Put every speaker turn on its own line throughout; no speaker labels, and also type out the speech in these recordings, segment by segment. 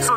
So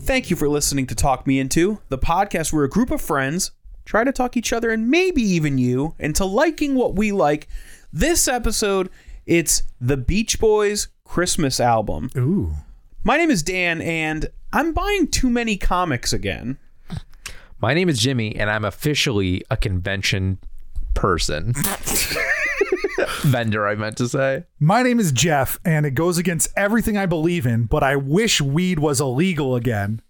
Thank you for listening to Talk Me Into, the podcast where a group of friends try to talk each other and maybe even you into liking what we like. This episode, it's the Beach Boys Christmas album.
Ooh.
My name is Dan, and I'm buying too many comics again.
My name is Jimmy, and I'm officially a convention person. Vendor, I meant to say.
My name is Jeff, and it goes against everything I believe in, but I wish weed was illegal again.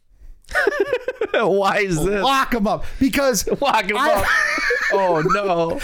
Why is this?
Lock him up because
Lock him
I-
up. oh no.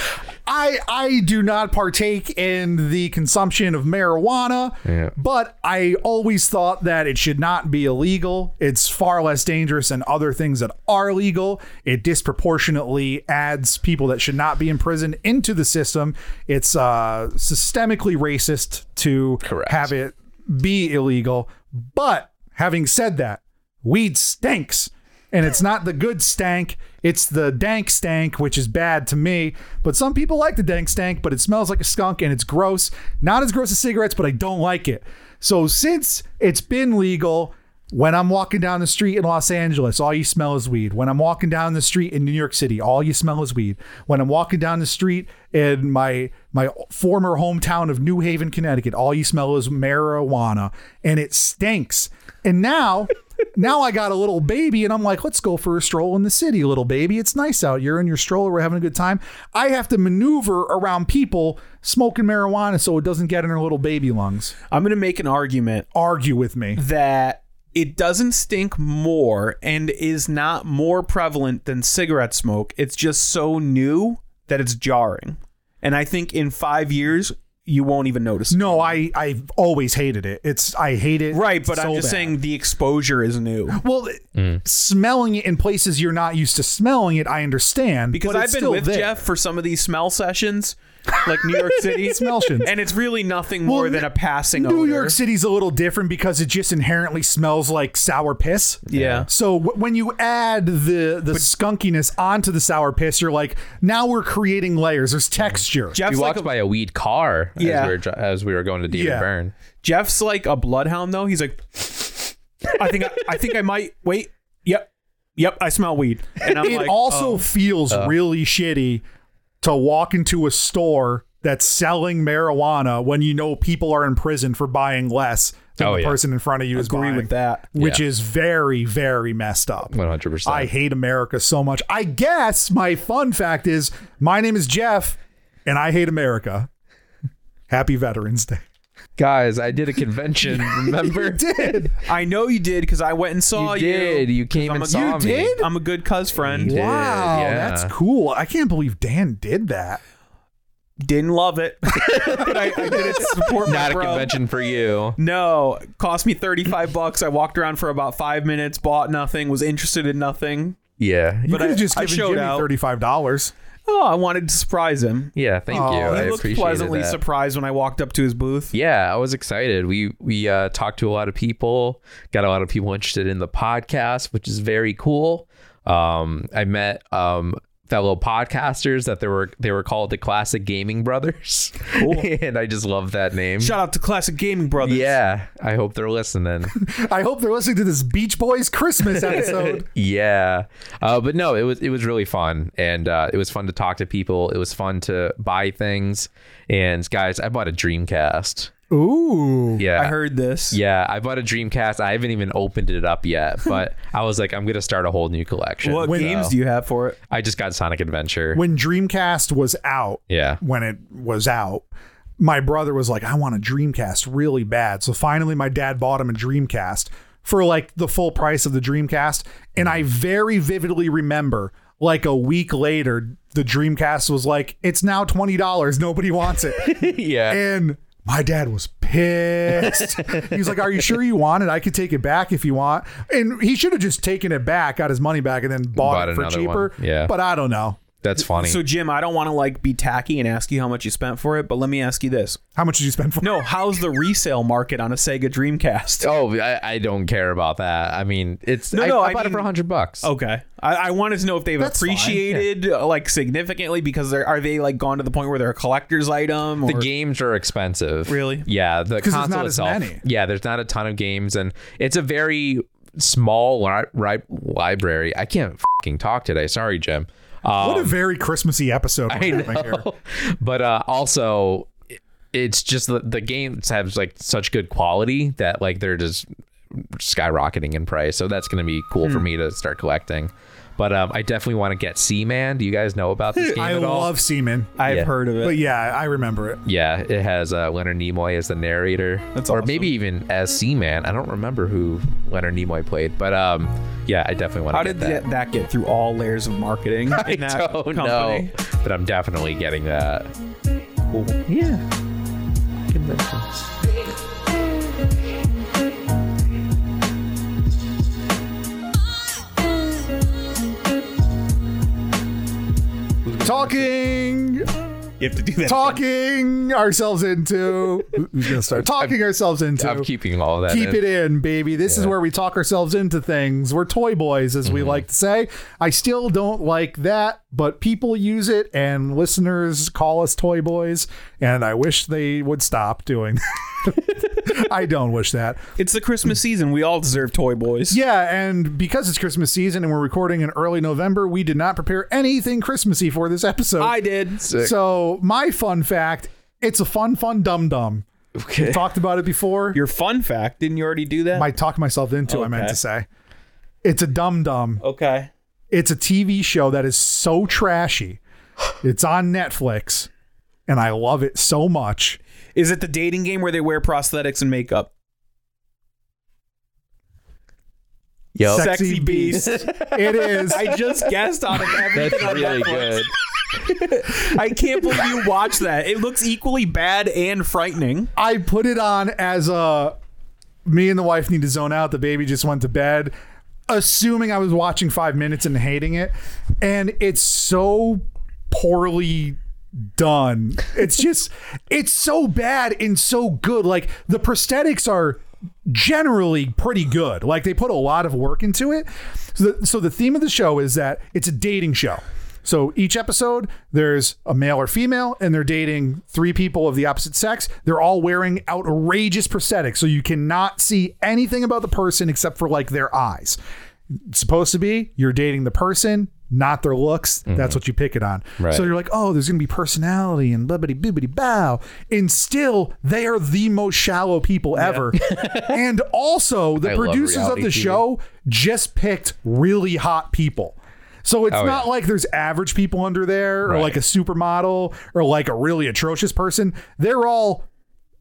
I I do not partake in the consumption of marijuana,
Yeah.
but I always thought that it should not be illegal. It's far less dangerous than other things that are legal. It disproportionately adds people that should not be in prison into the system. It's uh, systemically racist to
Correct.
have it be illegal. But having said that, weed stinks. And it's not the good stank, it's the dank stank, which is bad to me. But some people like the dank stank, but it smells like a skunk and it's gross. Not as gross as cigarettes, but I don't like it. So since it's been legal, when I'm walking down the street in Los Angeles, all you smell is weed. When I'm walking down the street in New York City, all you smell is weed. When I'm walking down the street in my my former hometown of New Haven, Connecticut, all you smell is marijuana and it stinks. And now now I got a little baby and I'm like, let's go for a stroll in the city, little baby. It's nice out. You're in your stroller, we're having a good time. I have to maneuver around people smoking marijuana so it doesn't get in her little baby lungs.
I'm going to make an argument
Argue with me.
that it doesn't stink more and is not more prevalent than cigarette smoke. It's just so new that it's jarring. And I think in five years, you won't even notice. it.
No, I I've always hated it. It's I hate it.
Right, but
so
I'm just
bad.
saying the exposure is new.
Well, smelling it in places you're not used to smelling it, I understand
Because
but
I've
it's
been
still
with
there.
Jeff for some of these smell sessions, like New York City.
Smell-tions.
And it's really nothing more
Well,
than a passing
New
odor.
York City's a little different because it just inherently smells like sour piss.
Yeah.
So w- when you add the the skunkiness onto the sour piss, you're like, now we're creating layers. There's texture.
Jeff's
We
like,
walked
a,
by a weed car
Yeah.
as, we were, dri- as we were going to David
Yeah.
Byrne.
Jeff's like a bloodhound though. He's like I think I, I think I might wait. Yep. Yep, I smell weed. And I'm
it
like "Oh, um, uh.
also feels really shitty to walk into a store that's selling marijuana when you know people are in prison for buying less than
Oh,
the
yeah.
person in front of you is
agree
buying,
with that.
which
Yeah.
is very, very messed up.
100%.
I hate America so much. I guess my fun fact is my name is Jeff and I hate America. Happy Veterans Day.
Guys, I did a convention, remember?
Did
I know you did because I went and saw
You did. You came
I'm
and
a-
saw
You
me.
did? I'm a good cuz friend.
You did,
wow,
yeah.
that's cool. I can't believe Dan did that.
Didn't love it. but I, I did it to support
Not
my
a
bro.
convention for you.
No, cost me 35 bucks. I walked around for about 5 minutes, bought nothing, was interested in nothing.
Yeah.
You
But
could
I-
have just
I
given
showed
Jimmy
out.
thirty-five dollars.
Oh, I wanted to surprise him.
Yeah, thank
Aw,
you.
he
I
he looked
appreciated
pleasantly
that.
surprised when I walked up to his booth.
Yeah, I was excited. We we uh, talked to a lot of people, got a lot of people interested in the podcast, which is very cool. Um, I met um, fellow podcasters that they were they were called the Classic Gaming Brothers, and I just love that name.
Shout out to Classic Gaming Brothers.
yeah, I hope they're listening.
I hope they're listening to this Beach Boys Christmas episode.
yeah, uh, but no, it was it was really fun, and uh, it was fun to talk to people. It was fun to buy things, and guys, I bought a Dreamcast.
Ooh,
Yeah,
I heard this.
Yeah, I bought a Dreamcast. I haven't even opened it up yet, but I was like, I'm gonna start a whole new collection.
What
So,
games do you have for it?
I just got Sonic Adventure.
when Dreamcast was out,
yeah,
when it was out, my brother was like, I want a Dreamcast really bad. So finally, my dad bought him a Dreamcast for like the full price of the Dreamcast. And I very vividly remember like a week later, the Dreamcast was like, it's now $20. Nobody wants it.
yeah.
And my dad was pissed. He's like, Are you sure you want it? I could take it back if you want. And he should have just taken it back, got his money back, and then bought,
Bought
it for
another
cheaper.
one. Yeah.
But I don't know.
That's funny.
So Jim, I don't want to like be tacky and ask you how much you spent for it, but let me ask you this:
How much did you spend for
No, how's the resale market on a Sega Dreamcast?
oh, I, I don't care about that. I mean, it's
No,
I,
no,
I
I
bought it for
mean- Oh,
hundred bucks.
Okay, I, I wanted to know if they've
That's fine, yeah.
appreciated uh, like significantly because they're are they like gone to the point where they're a collector's item? Or,
the games are expensive.
Really?
Yeah, the
'Cause there's
console
not as
itself.
many.
Yeah, there's not a ton of games, and it's a very small li- ri- library. I can't fucking talk today. Sorry, Jim. Um,
What a very Christmassy episode.
I
we're having here.
know. but uh, also, it- it's just the, the games have like such good quality that like they're just skyrocketing in price. So that's gonna be cool for me to start collecting. But um, I definitely want to get Seaman. Do you guys know about this game
I
at all?
love semen.
I've
Yeah.
heard of it.
But yeah, I remember it.
Yeah, it has uh, Leonard Nimoy as the narrator,
That's
or
awesome.
maybe even as Seaman. I don't remember who Leonard Nimoy played, but um, yeah, I definitely
How
want to
did
get that.
that. that get through all layers of marketing in that
I don't
company?
know, but I'm definitely getting that.
Cool.
Yeah, conventions.
Talking,
You have to do that.
talking ourselves into. Who's gonna start talking ourselves into?
I'm keeping all that.
Keep
in.
it in, baby. This is
Yeah. Mm-hmm.
where we talk ourselves into things. We're toy boys, as we like to say. I still don't like that, but people use it, and listeners call us toy boys, and I wish they would stop doing that. I don't wish that.
It's the Christmas season. We all deserve toy boys.
Yeah, and because it's Christmas season and we're recording in early November, we did not prepare anything Christmassy for this episode.
I did.
so, my fun fact it's a fun, fun, dum dum.
Okay.
Talked about it before.
Your fun fact, didn't you already do that?
I talked myself into, I meant
Okay.
to say. It's a dum dum.
okay.
It's a TV show that is so trashy. It's on Netflix, and I love it so much.
Is it the dating game where they wear prosthetics and makeup?
Yo,
Sex- Sexy
Sexy
Beast.
beast.
It is.
I just guessed out of everything.
that's
on
really
Netflix.
good.
I can't believe you watched that. It looks equally bad and frightening.
I put it on as a me and the wife need to zone out. The baby just went to bed, assuming I was watching five minutes and hating it. And it's so poorly done. It's just, it's so bad and so good. Like the prosthetics are generally pretty good. Like they put a lot of work into it. So the, so the theme of the show is that it's a dating show. So each episode, there's a male or female, and they're dating three people of the opposite sex. They're all wearing outrageous prosthetics, so you cannot see anything about the person except for like their eyes. It's supposed to be you're dating the person, not their looks. That's what you pick it on.
Mm-hmm. Right.
So you're like, oh, there's gonna be personality and blah bitty bibbity bow, and still they are the most shallow people ever. and also, the
I love
producers of
reality
the
TV.
show just picked really hot people. So it's
Oh,
not
yeah.
like there's average people under there or
Right.
like a supermodel or like a really atrocious person. They're all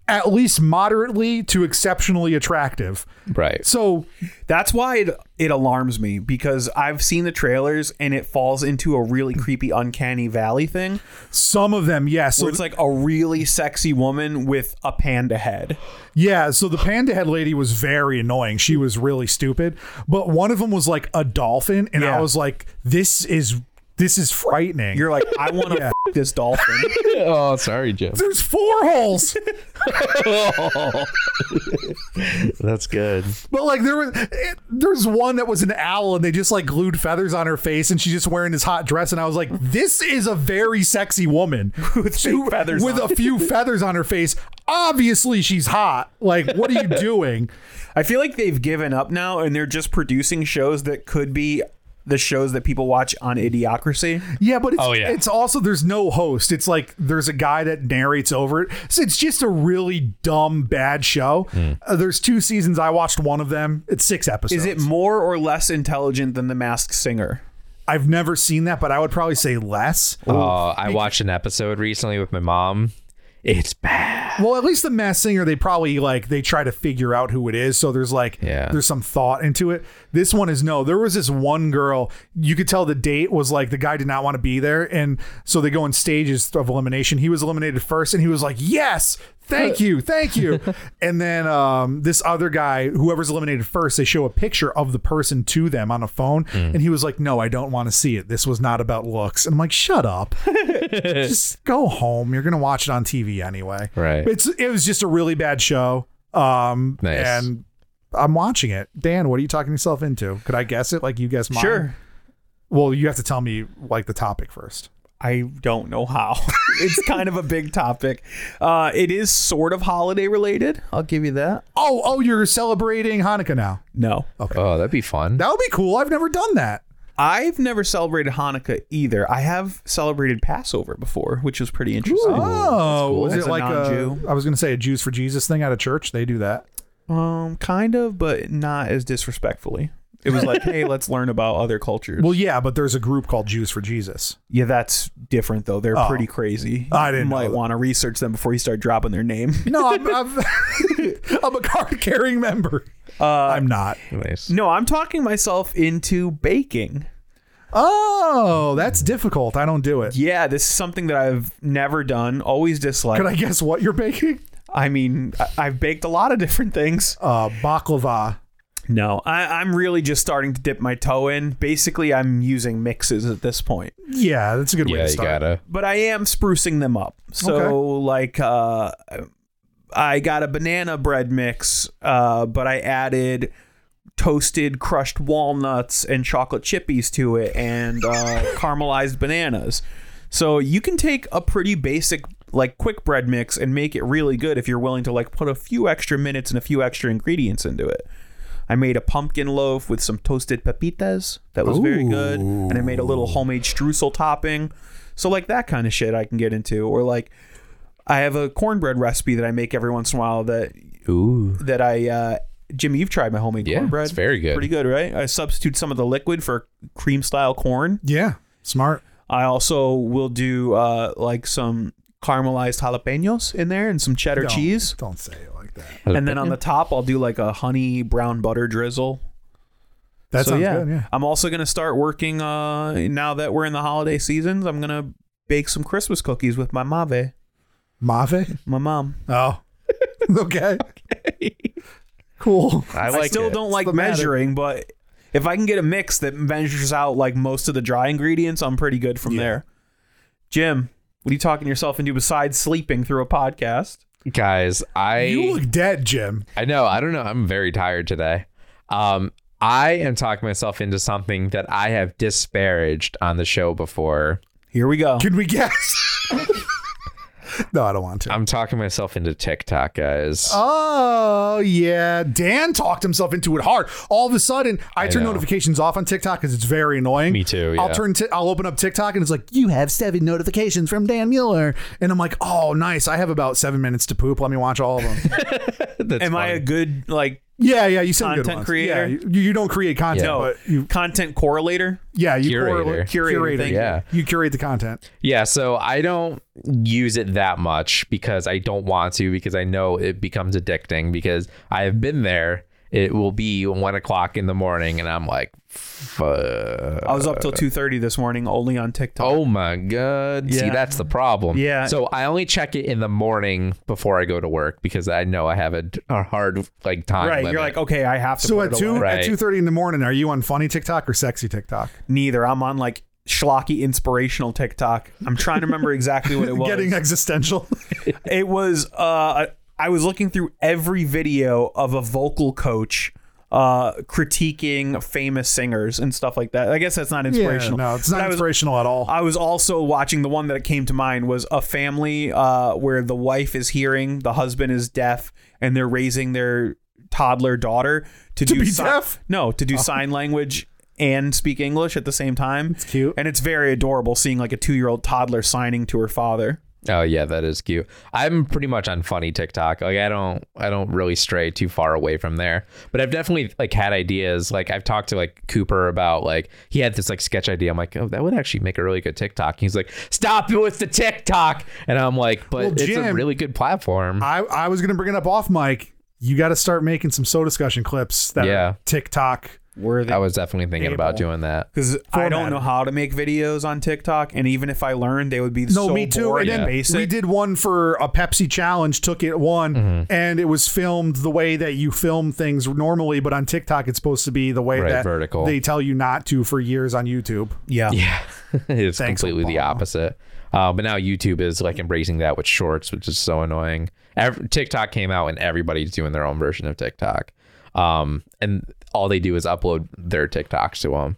at least moderately to exceptionally attractive.
Right.
So
That's why it, it alarms me because I've seen the trailers and it falls into a really creepy, uncanny valley thing
some of them, yes.
where
so
it's like a really sexy woman with a panda head.
Yeah, so the panda head lady was very annoying. She was really stupid. But one of them was like a dolphin, and I
Yeah.
was like, "This is this is frightening."
You're like, I want to f- this dolphin.
Oh, sorry, Jim.
There's four holes,
That's good.
but like there was it, there's one that was an owl, and they just like glued feathers on her face, and she's just wearing this hot dress, and I was like, "This is a very sexy woman with
fake feathers
with
on.
a few feathers on her face. Obviously, she's hot. Like, what are you doing?"
I feel like they've given up now and they're just producing shows that could be the shows that people watch on Idiocracy.
Yeah, but it's,
Oh, yeah.
it's also there's no host. It's like there's a guy that narrates over it. So it's just a really dumb, bad show. Uh, there's two seasons. I watched one of them. It's six episodes.
Is it more or less intelligent than The Masked Singer?
I've never seen that, but I would probably say less.
Uh, Oh, I watched an episode recently with my mom. It's bad.
Well, at least the mass singer, they probably like they try to figure out who it is. So there's like
Yeah.
there's some thought into it. This one is no. There was this one girl, you could tell the date was like the guy did not want to be there. And so they go in stages of elimination. He was eliminated first and he was like, Yes, thank you, thank you. and then um this other guy, whoever's eliminated first, they show a picture of the person to them on a phone. And he was like, No, I don't want to see it. This was not about looks. And I'm like, shut up just go home. You're gonna watch it on TV anyway.
Right.
It's it was just a really bad show. Um
Nice.
and I'm watching it. Dan, what are you talking yourself into? Could I guess it like you guess mine?
Sure.
Well, you have to tell me like the topic first.
I don't know how. it's kind of a big topic. Uh, it is sort of holiday related. I'll give you that.
Oh, oh, you're celebrating Hanukkah now.
No.
Oh, that'd be fun.
That would be cool. I've never done that.
I've never celebrated Hanukkah either. I have celebrated Passover before, which was pretty interesting.
Oh,
cool.
was
As
it
a
like a,
non-Jew.
I was gonna say a Jews for Jesus thing at a church? They do that.
Um, kind of, but not as disrespectfully. It was like, hey, let's learn about other cultures.
Well, yeah, but there's a group called Jews for Jesus.
yeah, that's different though. They're pretty crazy.
Oh. I didn't
You might
know that.
want to research them before you start dropping their name.
No, I'm I'm, I'm a card carrying member.
Uh,
I'm not.
Nice.
no, I'm talking myself into baking.
Oh, that's difficult. I don't do it.
Yeah, this is something that I've never done. Always disliked.
Can I guess what you're baking?
I mean, I- I've baked a lot of different things.
Uh, baklava.
No, I- I'm really just starting to dip my toe in. Basically, I'm using mixes at this point,
Yeah, that's a good way
Yeah,
to
you
start.
gotta.
but I am sprucing them up. So,
Okay.
like, uh, I got a banana bread mix, uh, but I added toasted crushed walnuts and chocolate chippies to it and uh, caramelized bananas. So, you can take a pretty basic, like, quick bread mix and make it really good if you're willing to, like, put a few extra minutes and a few extra ingredients into it. I made a pumpkin loaf with some toasted pepitas that was very good, and I made a little homemade streusel topping. So like that kind of shit I can get into, or like I have a cornbread recipe that I make every once in a while that
Ooh.
that I uh, Jimmy, you've tried my homemade
Yeah,
cornbread.
it's very good.
Pretty good, right? I substitute some of the liquid for cream style corn.
Yeah, smart.
I also will do uh, like some caramelized jalapenos in there and some cheddar
Don't-
cheese.
Don't say it like that.
And then on the top, I'll do like a honey brown butter drizzle.
That
so
sounds
yeah.
good. Yeah.
I'm also gonna start working. Uh, now that we're in the holiday seasons, I'm gonna bake some Christmas cookies with my mave,
Mave.
my mom.
Oh. okay. Cool.
I
I,
like
still
it.
don't like
the matter.
measuring, but if I can get a mix that measures out like most of the dry ingredients, I'm pretty good from
Yeah.
there. Jim, what are you talking yourself into besides sleeping through a podcast?
guys. I
You look dead, Jim.
I know. I don't know. I'm very tired today. Um, I am talking myself into something that I have disparaged on the show before.
Here we go.
Can we guess? no, I don't want to.
I'm talking myself into TikTok, guys.
Oh yeah, Dan talked himself into it hard. All of a sudden, I, turn
know.
notifications off on TikTok because it's very annoying.
Me too,
I'll
yeah.
turn. T- I'll open up TikTok and it's like you have seven notifications from Dan Mueller, and I'm like, oh nice. I have about seven minutes to poop. Let me watch all of them.
That's
Am I
funny.
a good like
yeah, yeah. You send good
Content
ones.
creator?
Yeah, you, you don't create content,
Yeah.
no
but you
content correlator?
yeah you
Curator.
correlate-
Curator, thank you.
Yeah.
You curate the content.
Yeah, so I don't use it that much because I don't want to because I know it becomes addicting because I have been there. It will be one o'clock in the morning and I'm like, fuck.
I was up
Uh,
till two thirty this morning, only on TikTok.
Oh my god! See,
Yeah.
that's the problem.
Yeah.
So I only check it in the morning before I go to work because I know I have a, a hard like time.
right,
limit.
you're like, okay, I have to.
oh, So
put
at
it
two
away.
Right.
at two thirty in the morning, are you on funny TikTok or sexy TikTok?
neither. I'm on like schlocky inspirational TikTok. I'm trying to remember exactly what it was.
Getting existential.
it was uh I was looking through every video of a vocal coach uh critiquing famous singers and stuff like that. I guess that's not inspirational.
no, it's
But
not
I was-
inspirational at all.
I was also watching the one that came to mind was a family uh, where the wife is hearing, the husband is deaf, and they're raising their toddler daughter to, do
be
si-
deaf? Oh.
No, to do sign language and speak English at the same time. It's
cute.
and it's very adorable seeing like a two-year-old toddler signing to her father.
Oh yeah, that is cute. I'm pretty much on funny TikTok. Like I don't I don't really stray too far away from there. But I've definitely like had ideas. Like I've talked to like Cooper about like he had this like sketch idea. I'm like, "Oh, that would actually make a really good TikTok." He's like, "Stop it with the TikTok." And I'm like, "But
Well,
it's a
Jim-
really good platform."
I, I was going to bring it up off mic. You got to start making some so discussion clips that
Yeah.
are TikTok.
Were
I
they?
was definitely thinking about
Able.
doing that.
Because I don't
formatted.
know how to make videos on TikTok, and even if I learned, they would be
No,
so
me too.
boring and
and then
basic.
we did one for a Pepsi challenge, took it one,
Mm-hmm.
and it was filmed the way that you film things normally, but on TikTok it's supposed to be the way
Right,
that
vertical.
they tell you not to for years on YouTube.
yeah.
Yeah, it's
Thanks,
completely the
Obama.
opposite. Uh, but now YouTube is like embracing that with shorts, which is so annoying. Ev- TikTok came out and everybody's doing their own version of TikTok, um, and all they do is upload their TikToks to them.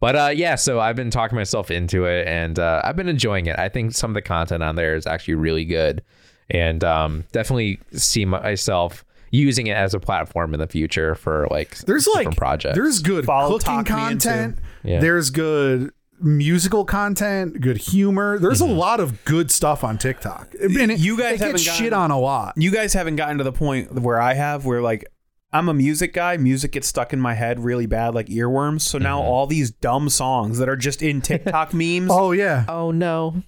But uh, yeah, so I've been talking myself into it, and uh, I've been enjoying it. I think some of the content on there is actually really good, and um, definitely see myself using it as a platform in the future for like
There's
different
like
projects.
there's good
Follow
cooking
Talk Me Into.
content.
Yeah.
There's good musical content, good humor. There's
Mm-hmm.
a lot of good stuff on TikTok. And it,
You guys
it gets
haven't
shit
gotten-
on a lot.
You guys haven't gotten to the point where I have, where like I'm a music guy. Music gets stuck in my head really bad, like earworms. So now all these dumb songs that are just in TikTok memes.
Mm-hmm. Oh yeah.
oh no,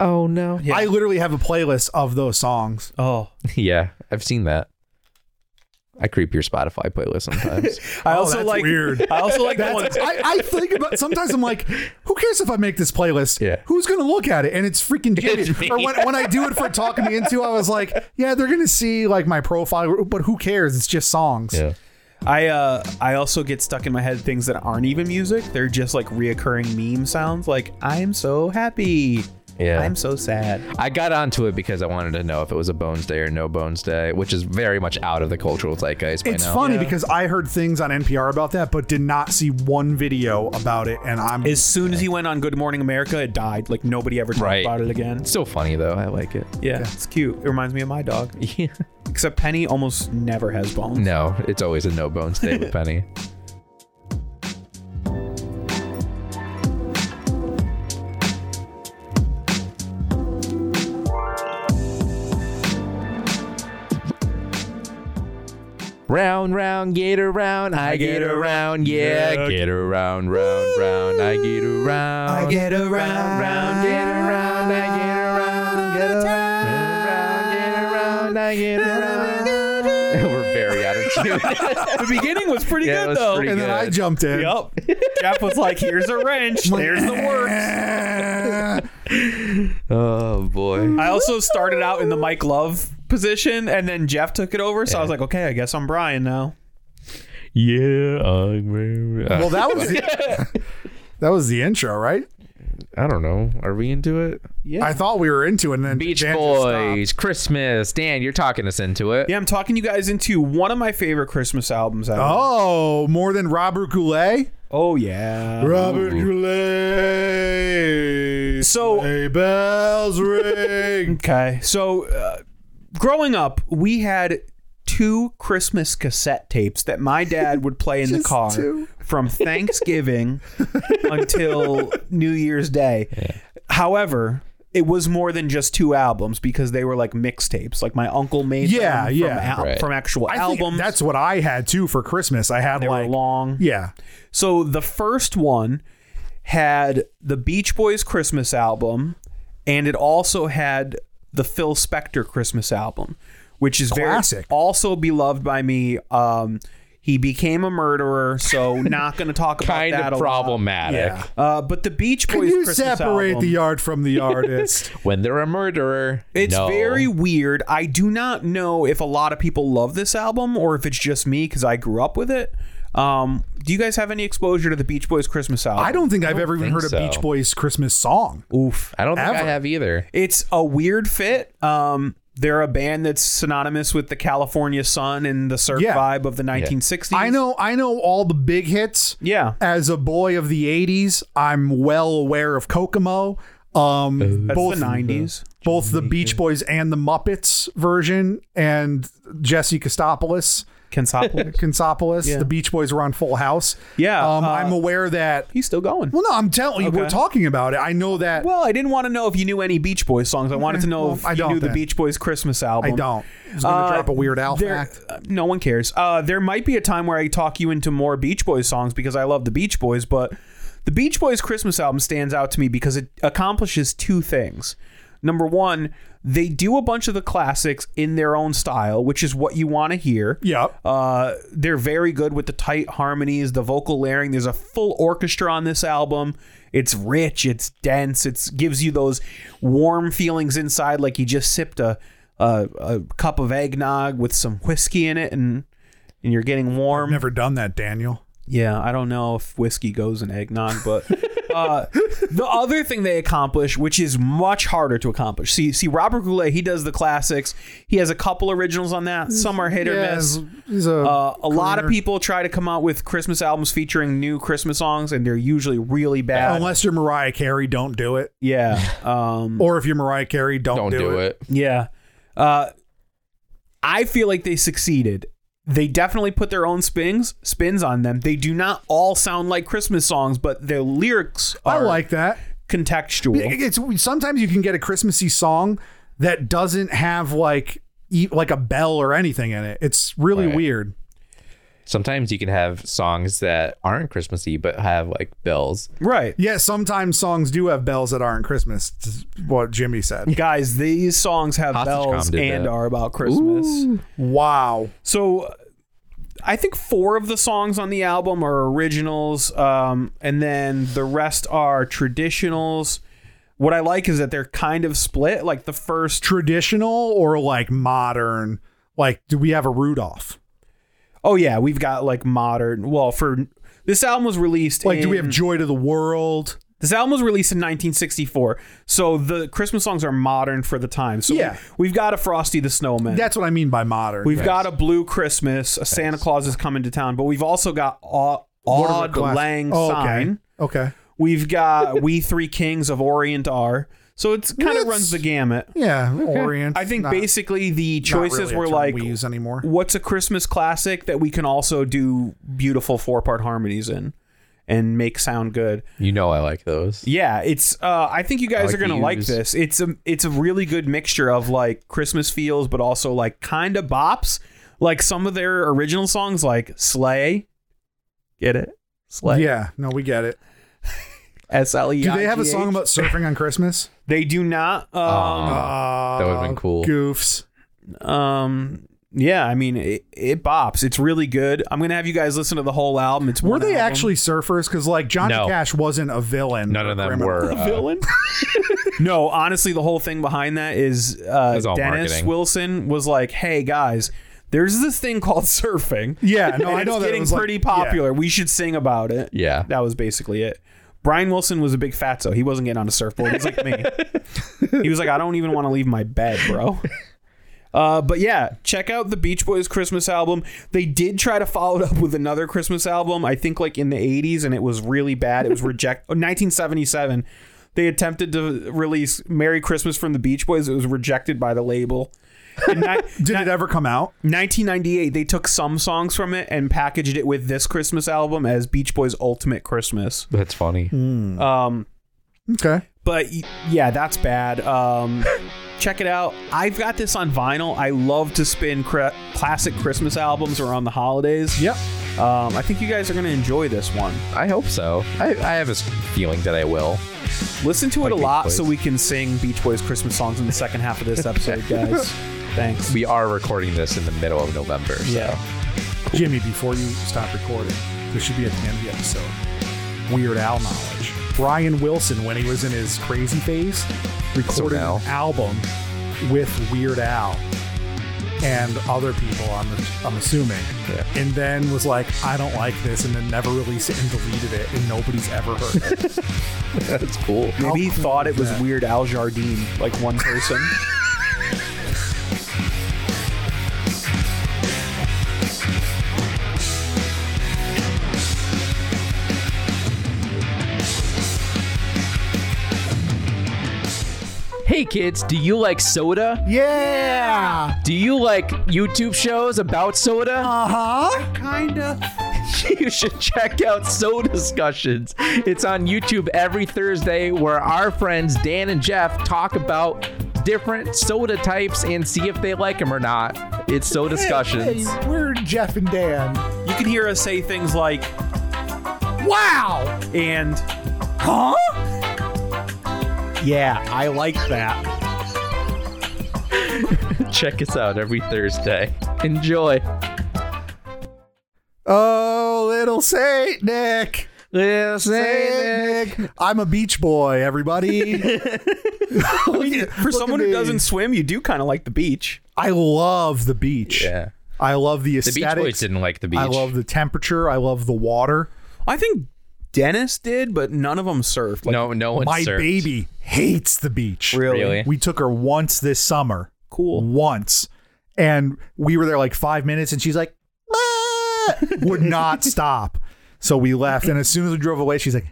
oh no.
Yeah.
I literally have a playlist of those songs.
Oh,
Yeah, I've seen that. I creep your Spotify playlist sometimes.
I
Oh,
also
that's
like
weird.
I also like the ones.
That's, I, I think about sometimes I'm like, who cares if I make this playlist?
Yeah.
Who's gonna look at it? And it's freaking Jimmy.
It's me.
or when, when I do it for talking me into, I was like, yeah, they're gonna see like my profile, but who cares? It's just songs.
I uh I also get stuck in my head things that aren't even music. They're just like reoccurring meme sounds. Like I'm so happy.
Yeah.
I'm so sad.
I got onto it because I wanted to know if it was a Bones Day or no Bones Day, which is very much out of the cultural zeitgeist. By
It's
now.
funny because I heard things on NPR about that, but did not see one video about it. And I'm
As soon as he went on Good Morning America, it died. Like nobody ever talked
Right.
about it again.
It's still funny though. I like it.
Yeah, it's cute. It reminds me of my dog.
Yeah.
Except Penny almost never has bones.
No, it's always a no Bones Day with Penny. Round, round, get around. I get around, yeah. Get around, round, round. I get around. I
get around,
round, get around. I get around, get around. Get around, I get around. We're very out of tune.
The beginning was pretty
Yeah, it
good
was
though.
pretty
and then I
good.
jumped in.
Yep. Jeff was like, "Here's a wrench. There's the works."
Oh boy.
I also started out in the Mike Love position, and then Jeff took it over. So I was like, "Okay, I guess I'm Brian now."
Yeah, I'm.
Well, that was the, that was the intro, right?
I don't know. Are we into it?
I thought we were into it. And then
Beach
Dan just stopped.
Boys, Christmas. Dan, you're talking us into it.
Yeah, I'm talking you guys into one of my favorite Christmas albums ever.
Oh, more than Robert Goulet.
Oh, yeah.
Robert Goulet.
So-
Sleigh bells ring.
Okay. So, uh, growing up, we had two Christmas cassette tapes that my dad would play in the
Just
car
two.
from Thanksgiving until New Year's Day. However, it was more than just two albums because they were like mixtapes. Like my uncle made
Yeah,
them
yeah.
from, al-
Right.
from actual
I think
albums.
that's what I had too for Christmas. I had
they
like
were long.
yeah,
So the first one had the Beach Boys Christmas album, and it also had the Phil Spector Christmas album, which is
Classic.
very also beloved by me. Um, he became a murderer, so not going to talk about
Kind
that.
of
a lot.
problematic.
Yeah.
Uh, but the Beach
Can
Boys
you
Christmas
separate
album,
the art from the artist?
When they're a murderer,
It's
no.
very weird. I do not know if a lot of people love this album or if it's just me because I grew up with it. Um, do you guys have any exposure to the Beach Boys Christmas album?
I don't think I've ever even
think
heard a
so.
Beach Boys Christmas song.
Oof.
I don't think I
Ever.
have either.
It's a weird fit. Um, they're a band that's synonymous with the California sun and the surf
Yeah.
vibe of the 1960s.
I know, I know all the big hits.
Yeah.
As a boy of the '80s, I'm well aware of Kokomo. Um,
That's
both
the 90s.
both the Beach Boys and the Muppets version, and Jesse Kostopoulos,
Kensopolis.
Kostopoulos.
Yeah.
The Beach Boys were on Full House.
Yeah,
um,
uh,
I'm aware that.
He's still going.
Well, no, I'm telling you, we're
Okay.
talking about it. I know that.
Well, I didn't want to know if you knew any Beach Boys songs. I wanted to know
well,
if
I
you
don't
knew the
then.
Beach Boys Christmas album.
I don't. I was gonna
Uh,
drop a Weird Al
there-
fact.
uh, no one cares. Uh, there might be a time where I talk you into more Beach Boys songs because I love the Beach Boys, but the Beach Boys Christmas album stands out to me because it accomplishes two things. Number one, they do a bunch of the classics in their own style, which is what you want to hear.
Yep.
Uh, they're very good with the tight harmonies, the vocal layering. There's a full orchestra on this album. It's rich, it's dense, it gives you those warm feelings inside, like you just sipped a, a a cup of eggnog with some whiskey in it, and and you're getting warm.
Never done that, Daniel.
Yeah, I don't know if whiskey goes in eggnog, but uh, the other thing they accomplish, which is much harder to accomplish. See, see, Robert Goulet, he does the classics. He has a couple originals on that. Some are hit or
Yeah,
miss.
he's- he's a,
Uh, a lot of
crooner.
people try to come out with Christmas albums featuring new Christmas songs, and they're usually really bad.
Unless you're Mariah Carey, don't do it.
yeah, um,
Or if you're Mariah Carey,
Don't
don't, do, it.
yeah. Uh, I feel like they succeeded. They definitely put their own spins spins on them. They do not all sound like Christmas songs, but their lyrics
I
are
like that.
contextual.
It's sometimes you can get a Christmassy song that doesn't have like e- like a bell or anything in it. It's really
Right.
weird.
Sometimes you can have songs that aren't Christmassy but have like bells.
Right.
Yeah, sometimes songs do have bells that aren't Christmas. is what Jimmy said.
Guys, these songs have
Hostage
bells
Com did
and
that.
are about Christmas.
Wow.
So I think four of the songs on the album are originals, um, and then the rest are traditionals. What I like is that they're kind of split. Like the first,
Traditional or like modern? Like, do we have a Rudolph?
oh yeah, we've got like modern. Well, for this album was released.
Like, do we
in-
have Joy to the World?
This album was released in 1964, so the Christmas songs are modern for the time. So
Yeah.
we, have got a Frosty the Snowman.
That's what I mean by modern.
We've got a Blue Christmas, a Santa Claus is coming to town, but we've also got Aw-
What are
Auld
the class-
Lang
Oh, okay.
Syne.
Okay.
We've got We Three Kings of Orient are. So it's kind of
That's-
runs the gamut.
Yeah. Orient.
I think
Not-
basically the
not
choices
really a
were
term
like,
we use anymore.
what's a Christmas classic that we can also do beautiful four part harmonies in and make sound good?
You know I like those.
Yeah, it's. Uh, I think you guys
like
are gonna
to
like
use-
this. It's a it's a really good mixture of like Christmas feels, but also like kind of bops. Like some of their original songs, like Slay. Get it? Slay.
yeah. No, we get it.
S L E.
Do they have a
I G H?
song about surfing on Christmas?
They do not. Um,
Aw. that would've been
Uh,
cool.
Goofs.
Um. Yeah, I mean, it, it bops. It's really good. I'm gonna have you guys listen to the whole album. It's
Were
one
they
album.
actually surfers? Because like Johnny
No.
Cash wasn't a villain.
None of them
Criminal.
were uh,
villain? no, honestly, the whole thing behind that is uh,
It's all
Dennis
marketing.
Wilson was like, "Hey guys, there's this thing called surfing.
Yeah, no,
and
I know
it's
that it
getting
was like-
pretty popular. We should sing about it."
Yeah.
that was basically it. Brian Wilson was a big fatso. He wasn't getting on a surfboard. He's like me. he was like, I don't even want to leave my bed, bro. Uh, but yeah, check out the Beach Boys Christmas album. They did try to follow it up with another Christmas album, I think like in the 80s, and it was really bad. It was rejected. 1977. They attempted to release Merry Christmas from the Beach Boys. It was rejected by the label. In ni-
Did it ever come out?
1998, they took some songs from it and packaged it with this Christmas album as Beach Boys Ultimate Christmas.
That's funny.
Um,
Okay.
but y- yeah, that's bad. Um, check it out. I've got this on vinyl. I love to spin cra- classic Christmas albums around the holidays.
Yep.
Um, I think you guys are going to enjoy this one.
I hope so. I, I have a s- feeling that I will.
Listen to it a
Beach
lot
Boys.
so we can sing Beach Boys Christmas songs in the second half of this episode, guys. Thanks.
We are recording this in the middle of November. So.
Yeah.
Jimmy, before you stop recording, this should be at the end of the episode. Weird Al knowledge. Brian Wilson, when he was in his crazy phase, recorded
now.
an album with Weird Al and other people. I'm I'm assuming,
Yeah.
and then was like, I don't like this, and then never released it and deleted it, and nobody's ever heard it.
That's cool.
Maybe he
cool
thought it
is
was
that?
Weird Al Jardine, like one person.
Hey
Hey kids, do you like soda?
Yeah.
Do you like YouTube shows about soda?
Uh huh.
Kinda.
you should check out Soda Discussions. It's on YouTube every Thursday where our friends Dan and Jeff talk about different soda types and see if they like them or not. It's Soda Discussions.
Hey, we're Jeff and Dan.
You can hear us say things like
Wow.
and
Huh? Yeah, I like that.
Check us out every Thursday. Enjoy.
Oh, little Saint Nick.
Listen.
Saint Nick. I'm a beach boy, everybody.
for someone who
me.
doesn't swim, you do kind of like the beach.
I love the beach.
Yeah.
I love the
The
aesthetics.
Beach Boys didn't like the beach.
I love the temperature. I love the water.
I think Dennis did, but none of them surfed. Like,
no, no one
My
served.
baby hates the beach.
really,
Really?
We took her once this summer.
cool.
Once. And we were there like five minutes and she's like, "Ah," would not stop. So we left. And as soon as we drove away, she's like,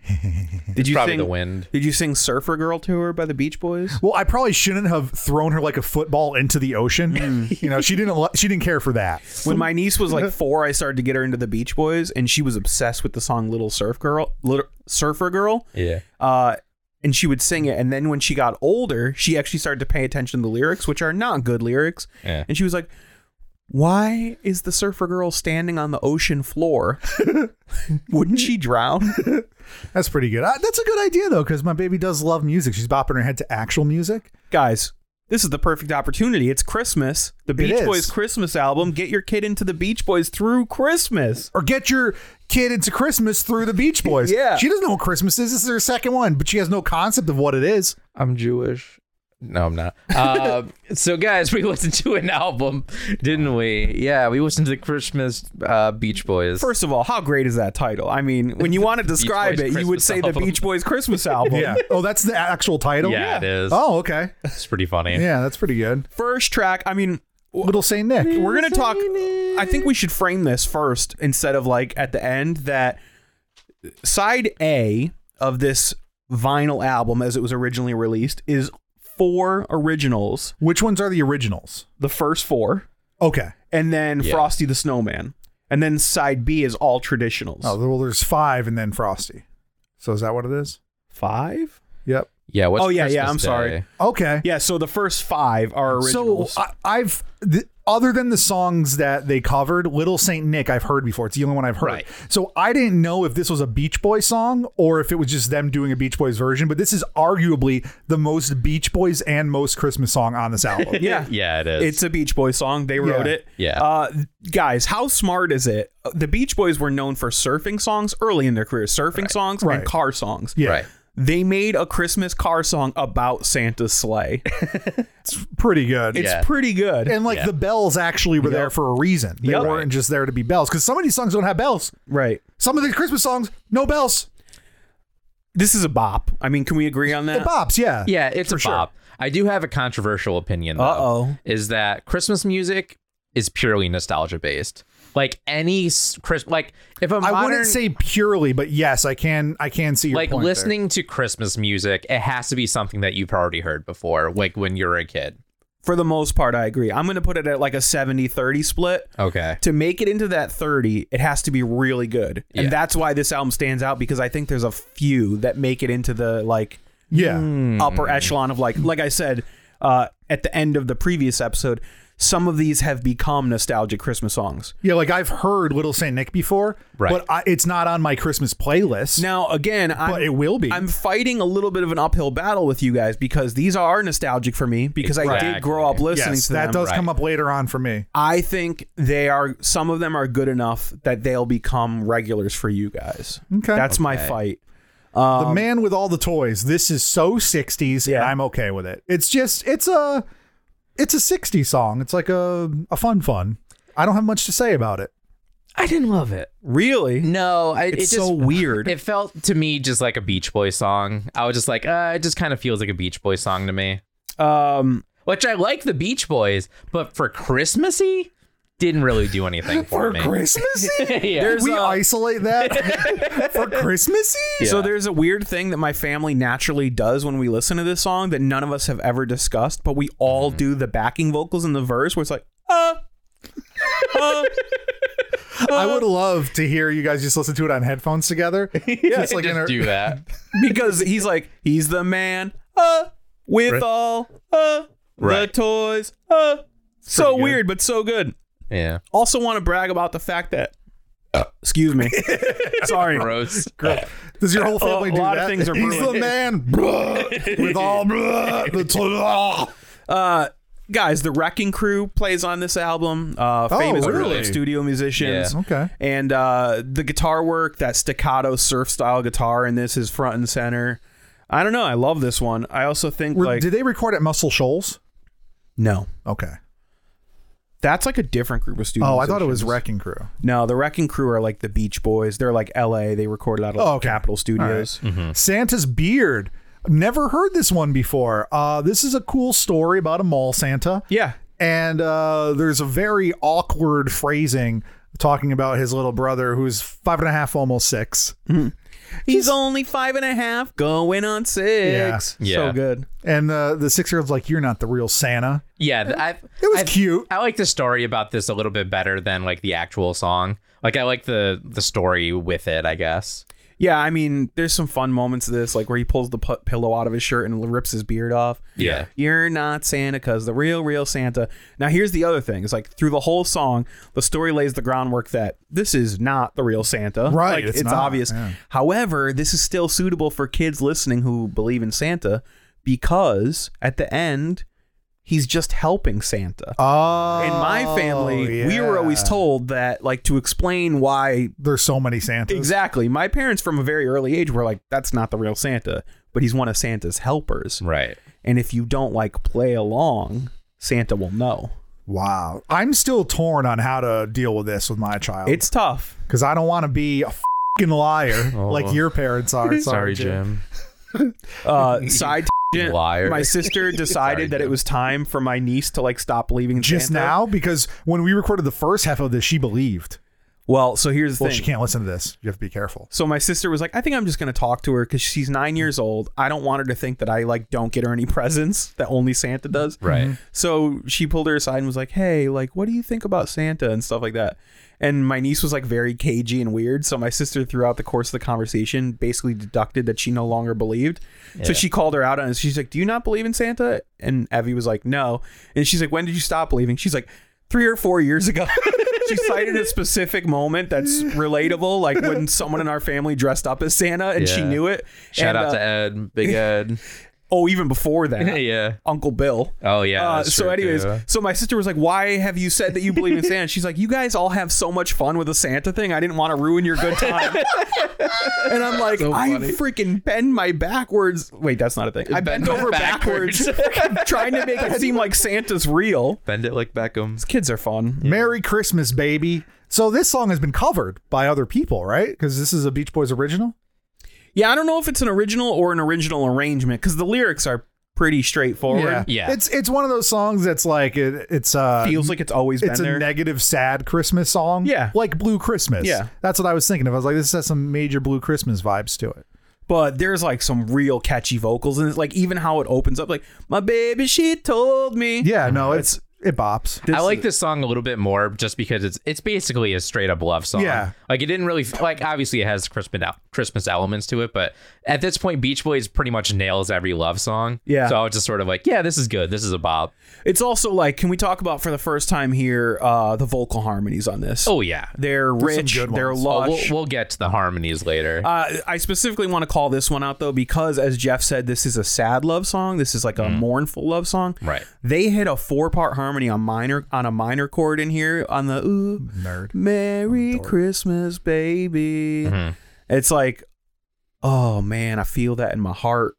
Did you
probably
sing
the wind.
Did you sing "Surfer Girl" to her by the Beach Boys?
Well, I probably shouldn't have thrown her like a football into the ocean.
Mm.
You know, she didn't. li- She didn't care for that.
When my niece was like four, I started to get her into the Beach Boys, and she was obsessed with the song "Little Surf Girl," "Little Surfer Girl,"
Yeah.
uh, and she would sing it. And then when she got older, she actually started to pay attention to the lyrics, which are not good lyrics.
Yeah.
And she was like, "Why is the Surfer Girl standing on the ocean floor? Wouldn't she drown?"
That's pretty good. Uh, that's a good idea though, because my baby does love music. She's bopping her head to actual music.
guys this is the perfect opportunity it's christmas the
is.
beach boys christmas album get your kid into the beach boys through christmas
Or get your kid into Christmas through the Beach Boys.
Yeah.
she doesn't know what Christmas is. This is her second one, but she has no concept of what it is.
I'm Jewish. No, I'm not. Uh, so, guys, we listened to an album, didn't we? Yeah, we listened to Christmas uh, Beach Boys.
first of all how great is that title i mean when you want to describe it
Boys
you would
Christmas
say the
album.
beach boys christmas album
oh, that's the actual title.
Yeah, it is.
Oh, okay.
It's pretty funny.
Yeah, that's pretty good.
first track i mean
Little Saint Nick.
we're gonna talk i think we should frame this first instead of like at the end that side a of this vinyl album as it was originally released is four originals
Which ones are the originals?
the first four
Okay. Oh,
and then
Yeah.
Frosty the Snowman. And then side B is all traditionals.
Oh, well, there's five, and then Frosty. So is that what it is?
Five?
Yep.
Yeah. What's
Oh, yeah, yeah,
Christmas
I'm sorry.
Day?
Okay.
Yeah, so the first five are originals.
uh,
So I, I've th- other than the songs that they covered, Little Saint Nick I've heard before. It's the only one I've heard.
Right.
So I didn't know if this was a Beach Boy song or if it was just them doing a Beach Boys version. But this is arguably the most Beach Boys and most Christmas song on this album.
yeah.
Yeah, it is.
It's a Beach Boys song. They wrote
Yeah.
it.
Yeah.
Uh, guys, how smart is it? Uh, The Beach Boys were known for surfing songs early in their career, surfing songs
Right.
and car songs.
Yeah.
right.
They made a Christmas car song about Santa's sleigh.
Pretty good.
It's
Yeah.
pretty good.
and like
Yeah.
the bells actually were there for a reason. They
Yep.
weren't just there to be bells because some of these songs don't have bells.
right.
Some of the Christmas songs, no bells.
This is a bop. I mean, can we agree on
The
that?
bops, yeah.
Yeah, it's a
sure.
bop. I do have a controversial opinion though.
Uh-oh.
Is that Christmas music is purely nostalgia based. Like any s- Chris like if a
I
modern
wouldn't say purely, but yes, I can. I can see your
like
point there.
listening to Christmas music, it has to be something that you've already heard before, like when you're a kid.
For the most part, I agree. I'm going to put it at like a 70 30 split.
Okay.
to make it into that 30 it has to be really good and
Yeah.
that's why this album stands out because i think there's a few that make it into the like
Yeah.
upper echelon of like like i said uh at the end of the previous episode some of these have become nostalgic christmas songs
Yeah, like I've heard Little Saint Nick before,
Right.
but I, it's not on my Christmas playlist.
now again I'm,
but it will be.
I'm fighting a little bit of an uphill battle with you guys because these are nostalgic for me because i did
Exactly.
grow up listening
yes,
to
that
them
does come up later on for me.
i think they are some of them are good enough that they'll become regulars for you guys
Okay.
that's my fight
the man with all the toys. This is so 60s, and
Um, Yeah.
I'm okay with it. It's just it's a it's a 60s song. It's like a a fun fun. I don't have much to say about it.
I didn't love it.
really
No, I,
It's
it just,
so weird.
It felt to me just like a Beach Boy song. I was just like, uh, it just kind of feels like a Beach Boy song to me.
Um,
Which I like the Beach Boys, but for Christmassy, didn't really do anything for,
for
me.
Christmassy?
Yeah.
We
uh,
isolate that for Christmassy?
So
Yeah.
there's a weird thing that my family naturally does when we listen to this song that none of us have ever discussed, but we
Mm-hmm.
all do the backing vocals in the verse where it's like, uh, uh,
I would love to hear you guys just listen to it on headphones together. Just like in
Just
a-
do that.
because he's like, he's the man, uh, with
Right.
all, uh, the
Right.
toys, uh. So
pretty good.
weird, but so good.
Yeah.
Also, want to brag about the fact that, excuse me, sorry,
Gross.
Does your whole family
a
do
lot of
that?
things are
He's the
brewing.
man bruh, with all bruh, the to- ah.
Uh, guys, the Wrecking Crew plays on this album. Uh,
Oh,
famous
really?
studio musicians.
Yeah.
Okay.
And uh, the guitar work, that staccato surf style guitar in this is front and center. I don't know. I love this one. I also think
Were-
like
did they record at Muscle Shoals?
no,
Okay.
that's like a different group of students.
Oh, I thought it was Wrecking Crew.
No, the Wrecking Crew are like the Beach Boys. They're like L.A. They recorded out of
Oh, okay. Mm-hmm.
Capitol Studios.
Santa's beard. Never heard this one before. Uh, this is a cool story about a mall Santa.
Yeah,
And uh, there's a very awkward phrasing talking about his little brother who's five and a half, almost six.
he's only five and a half, going on six.
Yeah.
so
Yeah.
good.
And the, the six year old's like, You're not the real Santa.
Yeah, th- I've,
It was
I've-
cute.
I like the story about this a little bit better than like the actual song. Like I like the the story with it, I guess.
Yeah, I mean, there's some fun moments of this, like where he pulls the pu- pillow out of his shirt and rips his beard off.
Yeah.
You're not Santa because the real, real Santa. Now, here's the other thing. It's like through the whole song, the story lays the groundwork that this is not the real Santa.
Right,
Like,
it's
it's
not,
obvious.
yeah.
However, this is still suitable for kids listening who believe in Santa because at the end, he's just helping Santa.
Oh.
in my family, we were always
yeah.
told that, like, to explain why
There's so many Santas.
Exactly. My parents from a very early age were like, that's not the real Santa, but he's one of Santa's helpers.
Right.
And if you don't like play along, Santa will know.
Wow. I'm still torn on how to deal with this with my child.
It's tough.
because I don't want to be a fing liar
Oh.
like your parents are. Sorry, Jim.
Uh, side tangent,
liar.
My sister decided
Sorry,
that it
Jim.
was time for my niece to like stop believing in
Just
Santa.
now, because when we recorded the first half of this, she believed.
Well, so here's the
Well,
thing.
she can't listen to this. You have to be careful.
So my sister was like, I think I'm just gonna talk to her because she's nine years old. I don't want her to think that I like don't get her any presents that only Santa does.
Right.
So she pulled her aside and was like, Hey, like, what do you think about Santa and stuff like that? And my niece was like very cagey and weird. So my sister, throughout the course of the conversation, basically deducted that she no longer believed. So she called her out on it. She's like, Do you not believe in Santa? And Evie was like, No. And she's like, When did you stop believing? She's like, Three or four years ago. she cited a specific moment that's relatable, like when someone in our family dressed up as Santa and she
Yeah.
knew it. And,
Shout out
uh,
to Ed, Big Ed.
Oh, even before that.
yeah.
Uncle Bill.
Oh yeah.
Uh,
that's
so,
true,
anyways,
too.
so my sister was like, "Why have you said that you believe in Santa?" She's like, "You guys all have so much fun with the Santa thing. I didn't want to ruin your good time." and I'm like, "I freaking bend my backwards. Wait, that's not a thing. I bend,
Bend my
over backwards, trying to make it seem like Santa's real."
bend it like Beckham.
Kids are fun.
Merry Christmas, baby. So this song has been covered by other people, right? Because this is a Beach Boys original.
Yeah, I don't know if it's an original or an original arrangement because the lyrics are pretty straightforward.
Yeah.
It's it's one of those songs that's like it, it's uh
Feels like it's always
it's
been
a
there.
negative, sad Christmas song.
Yeah.
like Blue Christmas.
Yeah.
that's what I was thinking of. I was like, this has some major Blue Christmas vibes to it.
but there's like some real catchy vocals and it's like even how it opens up like my baby she told me
Yeah, no, it's it bops.
I like this song a little bit more just because it's it's basically a straight up love song.
Yeah.
Like it didn't really like obviously it has Christmas el- Christmas elements to it, but at this point Beach Boys pretty much nails every love song.
Yeah.
So I was just sort of like, yeah, this is good. This is a bop.
It's also like, can we talk about for the first time here uh, the vocal harmonies on this?
Oh yeah.
they're
some
rich,
good
they're
ones.
Oh, we'll,
lush.
we'll get to the harmonies later.
uh, I specifically want to call this one out though, because as Jeff said, this is a sad love song. This is like a mournful love song.
Mm. Right.
They hit a four-part harmony on minor on a minor chord in here on the ooh,
Nerd.
Merry Christmas, baby. It's like, oh man, I feel that in my heart.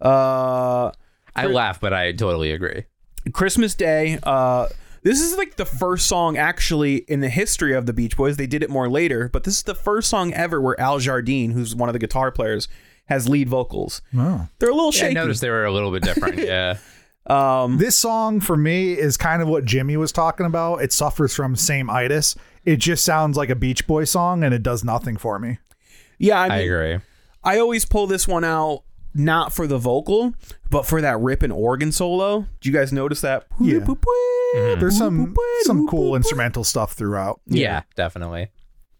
uh,
I laugh, but I totally agree.
Christmas Day. Uh, this is like the first song actually in the history of the Beach Boys. They did it more later, but this is the first song ever where Al Jardine, who's one of the guitar players, has lead vocals.
Oh.
They're a little
Yeah, I
shaky.
noticed they were a little bit different. yeah.
Um,
This song for me is kind of what Jimmy was talking about. It suffers from same itis. It just sounds like a Beach Boy song and it does nothing for me.
yeah, I, mean,
I agree.
I always pull this one out not for the vocal, but for that rip and organ solo. Do you guys notice that?
Yeah. Mm-hmm. There's some some cool instrumental stuff throughout.
Yeah, definitely.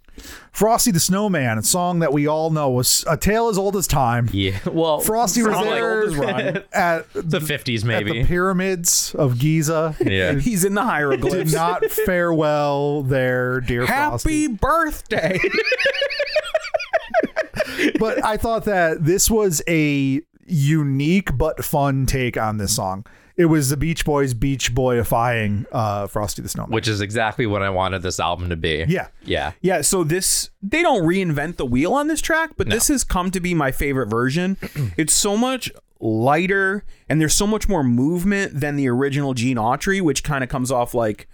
Frosty the Snowman, a song that we all know was a tale as old as time.
Yeah. Well,
Frosty was
from, like,
there at
the 50s
at the
maybe.
pyramids of Giza.
yeah.
He's in the
Did
hieroglyphs.
not fare well there, dear Frosty.
Happy birthday.
But I thought that this was a unique but fun take on this song. It was the Beach Boys Beach Boyifying uh, Frosty the Snowman.
Which is exactly what I wanted this album to be.
Yeah.
Yeah.
Yeah, so this they don't reinvent the wheel on this track, but this has come to be my favorite version. it's so much lighter and there's so much more movement than the original Gene Autry, which kind of comes off like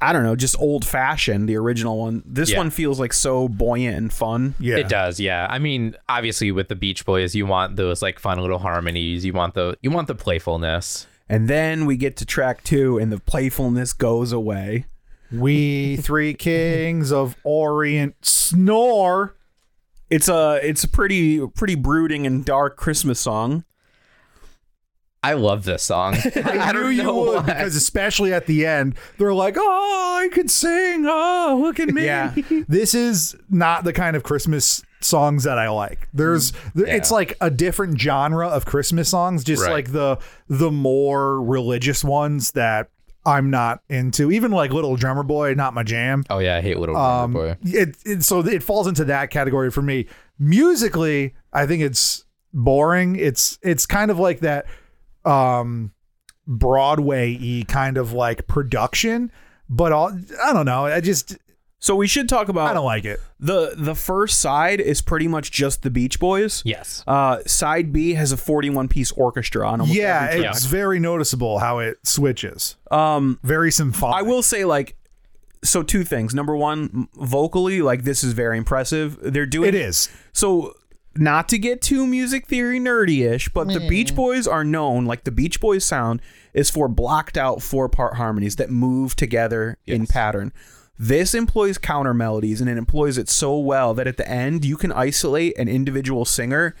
I don't know, just old fashioned, the original one. This
Yeah.
one feels like so buoyant and fun.
yeah.
It does, yeah. I mean, obviously with the Beach Boys, you want those like fun little harmonies. You want the you want the playfulness.
And then we get to track two and the playfulness goes away.
We three kings of Orient snore.
It's a it's a pretty pretty brooding and dark Christmas song.
I love this song. I,
knew
don't
you
know
would
why.
because especially at the end, they're like, "Oh, I could sing. Oh, look at me."
Yeah.
This is not the kind of Christmas songs that I like. There's there, it's
Yeah.
like a different genre of Christmas songs, just
Right.
like the the more religious ones that I'm not into. Even like Little Drummer Boy, not my jam.
Oh yeah, I hate Little
Um,
Drummer Boy.
It, it so it falls into that category for me. Musically, I think it's boring. It's it's kind of like that um Broadway y kind of like production, but all I don't know. I just
So we should talk about
I don't like it.
the the first side is pretty much just the Beach Boys.
Yes.
Uh, side B has a 41 piece orchestra on almost
Yeah,
every track.
it's very noticeable how it switches.
Um,
Very symphonic.
I will say like, so two things. Number one, m- vocally, like this is very impressive. They're doing
It is.
So not to get too music theory nerdy-ish, but the Beach Boys are known like the Beach Boys sound is for blocked out four part harmonies that move together in pattern. This employs counter melodies and it employs it so well that at the end you can isolate an individual singer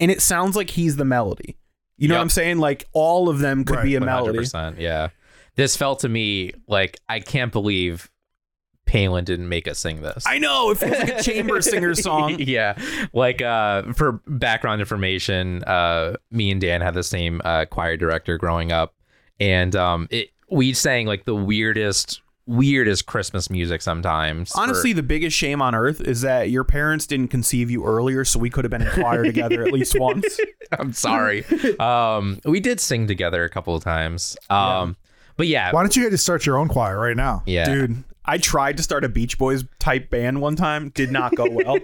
and it sounds like he's the melody. You know
Yep.
what I'm saying? Like all of them could
Right,
be a
One hundred
melody.
percent. Yeah. This felt to me like I can't believe Palin didn't make us sing this.
I know it feels like a chamber singer song.
yeah like uh for background information uh me and dan had the same uh choir director growing up and um it we sang like the weirdest weirdest christmas music sometimes for-
Honestly, the biggest shame on earth is that your parents didn't conceive you earlier, so we could have been in choir together at least once.
i'm sorry um we did sing together a couple of times um but yeah
Why don't you guys just start your own choir right now?
yeah
Dude, I tried to start a Beach Boys type band one time, did not go well.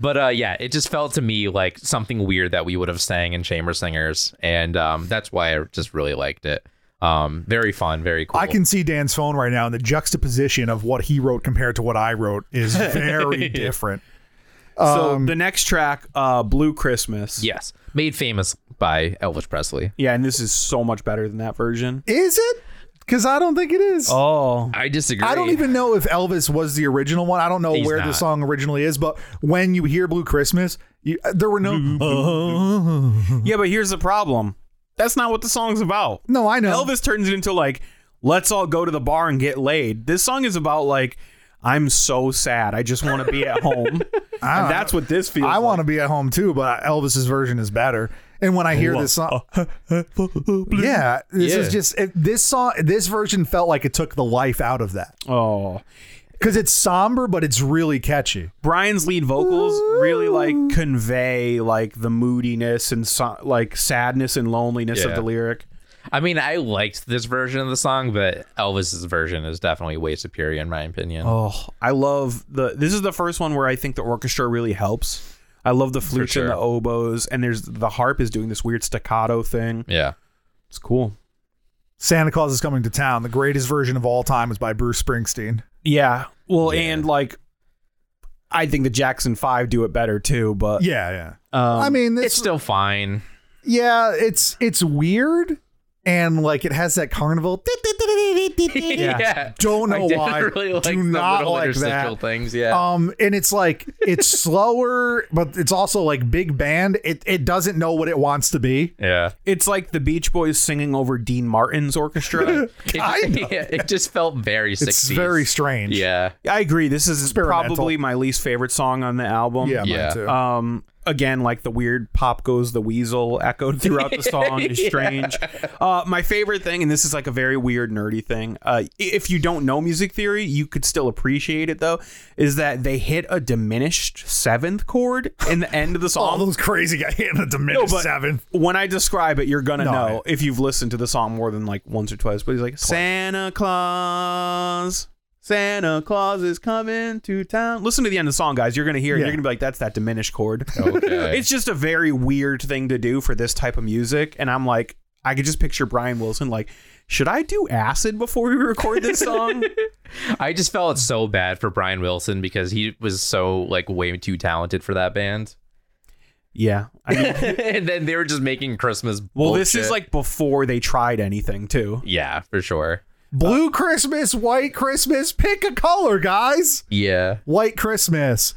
but uh yeah it just felt to me like something weird that we would have sang in chamber singers and um that's why i just really liked it um very fun very cool
I can see Dan's phone right now, and the juxtaposition of what he wrote compared to what I wrote is very different.
so the next track, uh, Blue Christmas.
Yes. Made famous by Elvis Presley.
Yeah, and this is so much better than that version.
Is it? Because I don't think it is.
Oh.
I disagree.
I don't even know if Elvis was the original one. I don't know
He's
where the
not.
song originally is, but when you hear Blue Christmas, you, uh, there were no.
Yeah, but here's the problem. That's not what the song's about.
no, I know.
Elvis turns it into like, let's all go to the bar and get laid. This song is about like, I'm so sad. I just want to be at home.
I,
and that's what this feels
I
like.
want to be at home too, but Elvis's version is better. And when I hear this song, yeah, this
Yeah.
is just it, this song. This version felt like it took the life out of that
Oh.
because it's somber, but it's really catchy.
Brian's lead vocals really like convey like the moodiness and so- like sadness and loneliness of
Yeah.
the lyric.
I mean, I liked this version of the song, but Elvis's version is definitely way superior in my opinion.
Oh, I love the this is the first one where I think the orchestra really helps. I love the flutes
sure.
and the oboes and there's the harp is doing this weird staccato thing.
Yeah.
It's cool.
Santa Claus is coming to town. The greatest version of all time is by Bruce Springsteen.
Yeah. Well, and like I think the Jackson 5 do it better too, but
Yeah, yeah.
um,
I mean, this
It's still fine.
yeah, it's it's weird, and like it has that carnival.
Yeah.
Don't know
I didn't
why.
really like
Do
the
not
little
like
interstitial
that.
things. Yeah.
Um, and it's like it's slower, but it's also like big band. It it doesn't know what it wants to be.
yeah.
It's like the Beach Boys singing over Dean Martin's orchestra.
It,
Kinda.
yeah, it just felt very 60s.
It's very strange.
Yeah.
I agree. This is
Experimental.
probably my least favorite song on the album.
yeah,
Yeah.
Mine too.
Um, again, like the weird pop goes the weasel echoed throughout the song is strange. Uh, my favorite thing, and this is like a very weird nerdy thing. Uh, i- if you don't know music theory, you could still appreciate it though. Is that they hit a diminished seventh chord in the end of the
All
song?
those crazy guys in the diminished
but- uh,
seven.
when I describe it, you're gonna
No,
know if you've listened to the song more than like once or twice. But he's like, Santa Claus, Santa Claus is coming to town. Listen to the end of the song, guys. You're gonna hear it.
Yeah.
You're gonna be like, that's that diminished chord.
Okay.
it's just a very weird thing to do for this type of music. And I'm like, I could just picture Brian Wilson like, should I do acid before we record this song?
I just felt so bad for Brian Wilson because he was so like way too talented for that band.
yeah. I mean,
and then they were just making Christmas.
well, this is
bullshit.
like before they tried anything too.
yeah, for sure.
Blue Christmas, white Christmas, pick a color, guys.
Yeah.
White Christmas.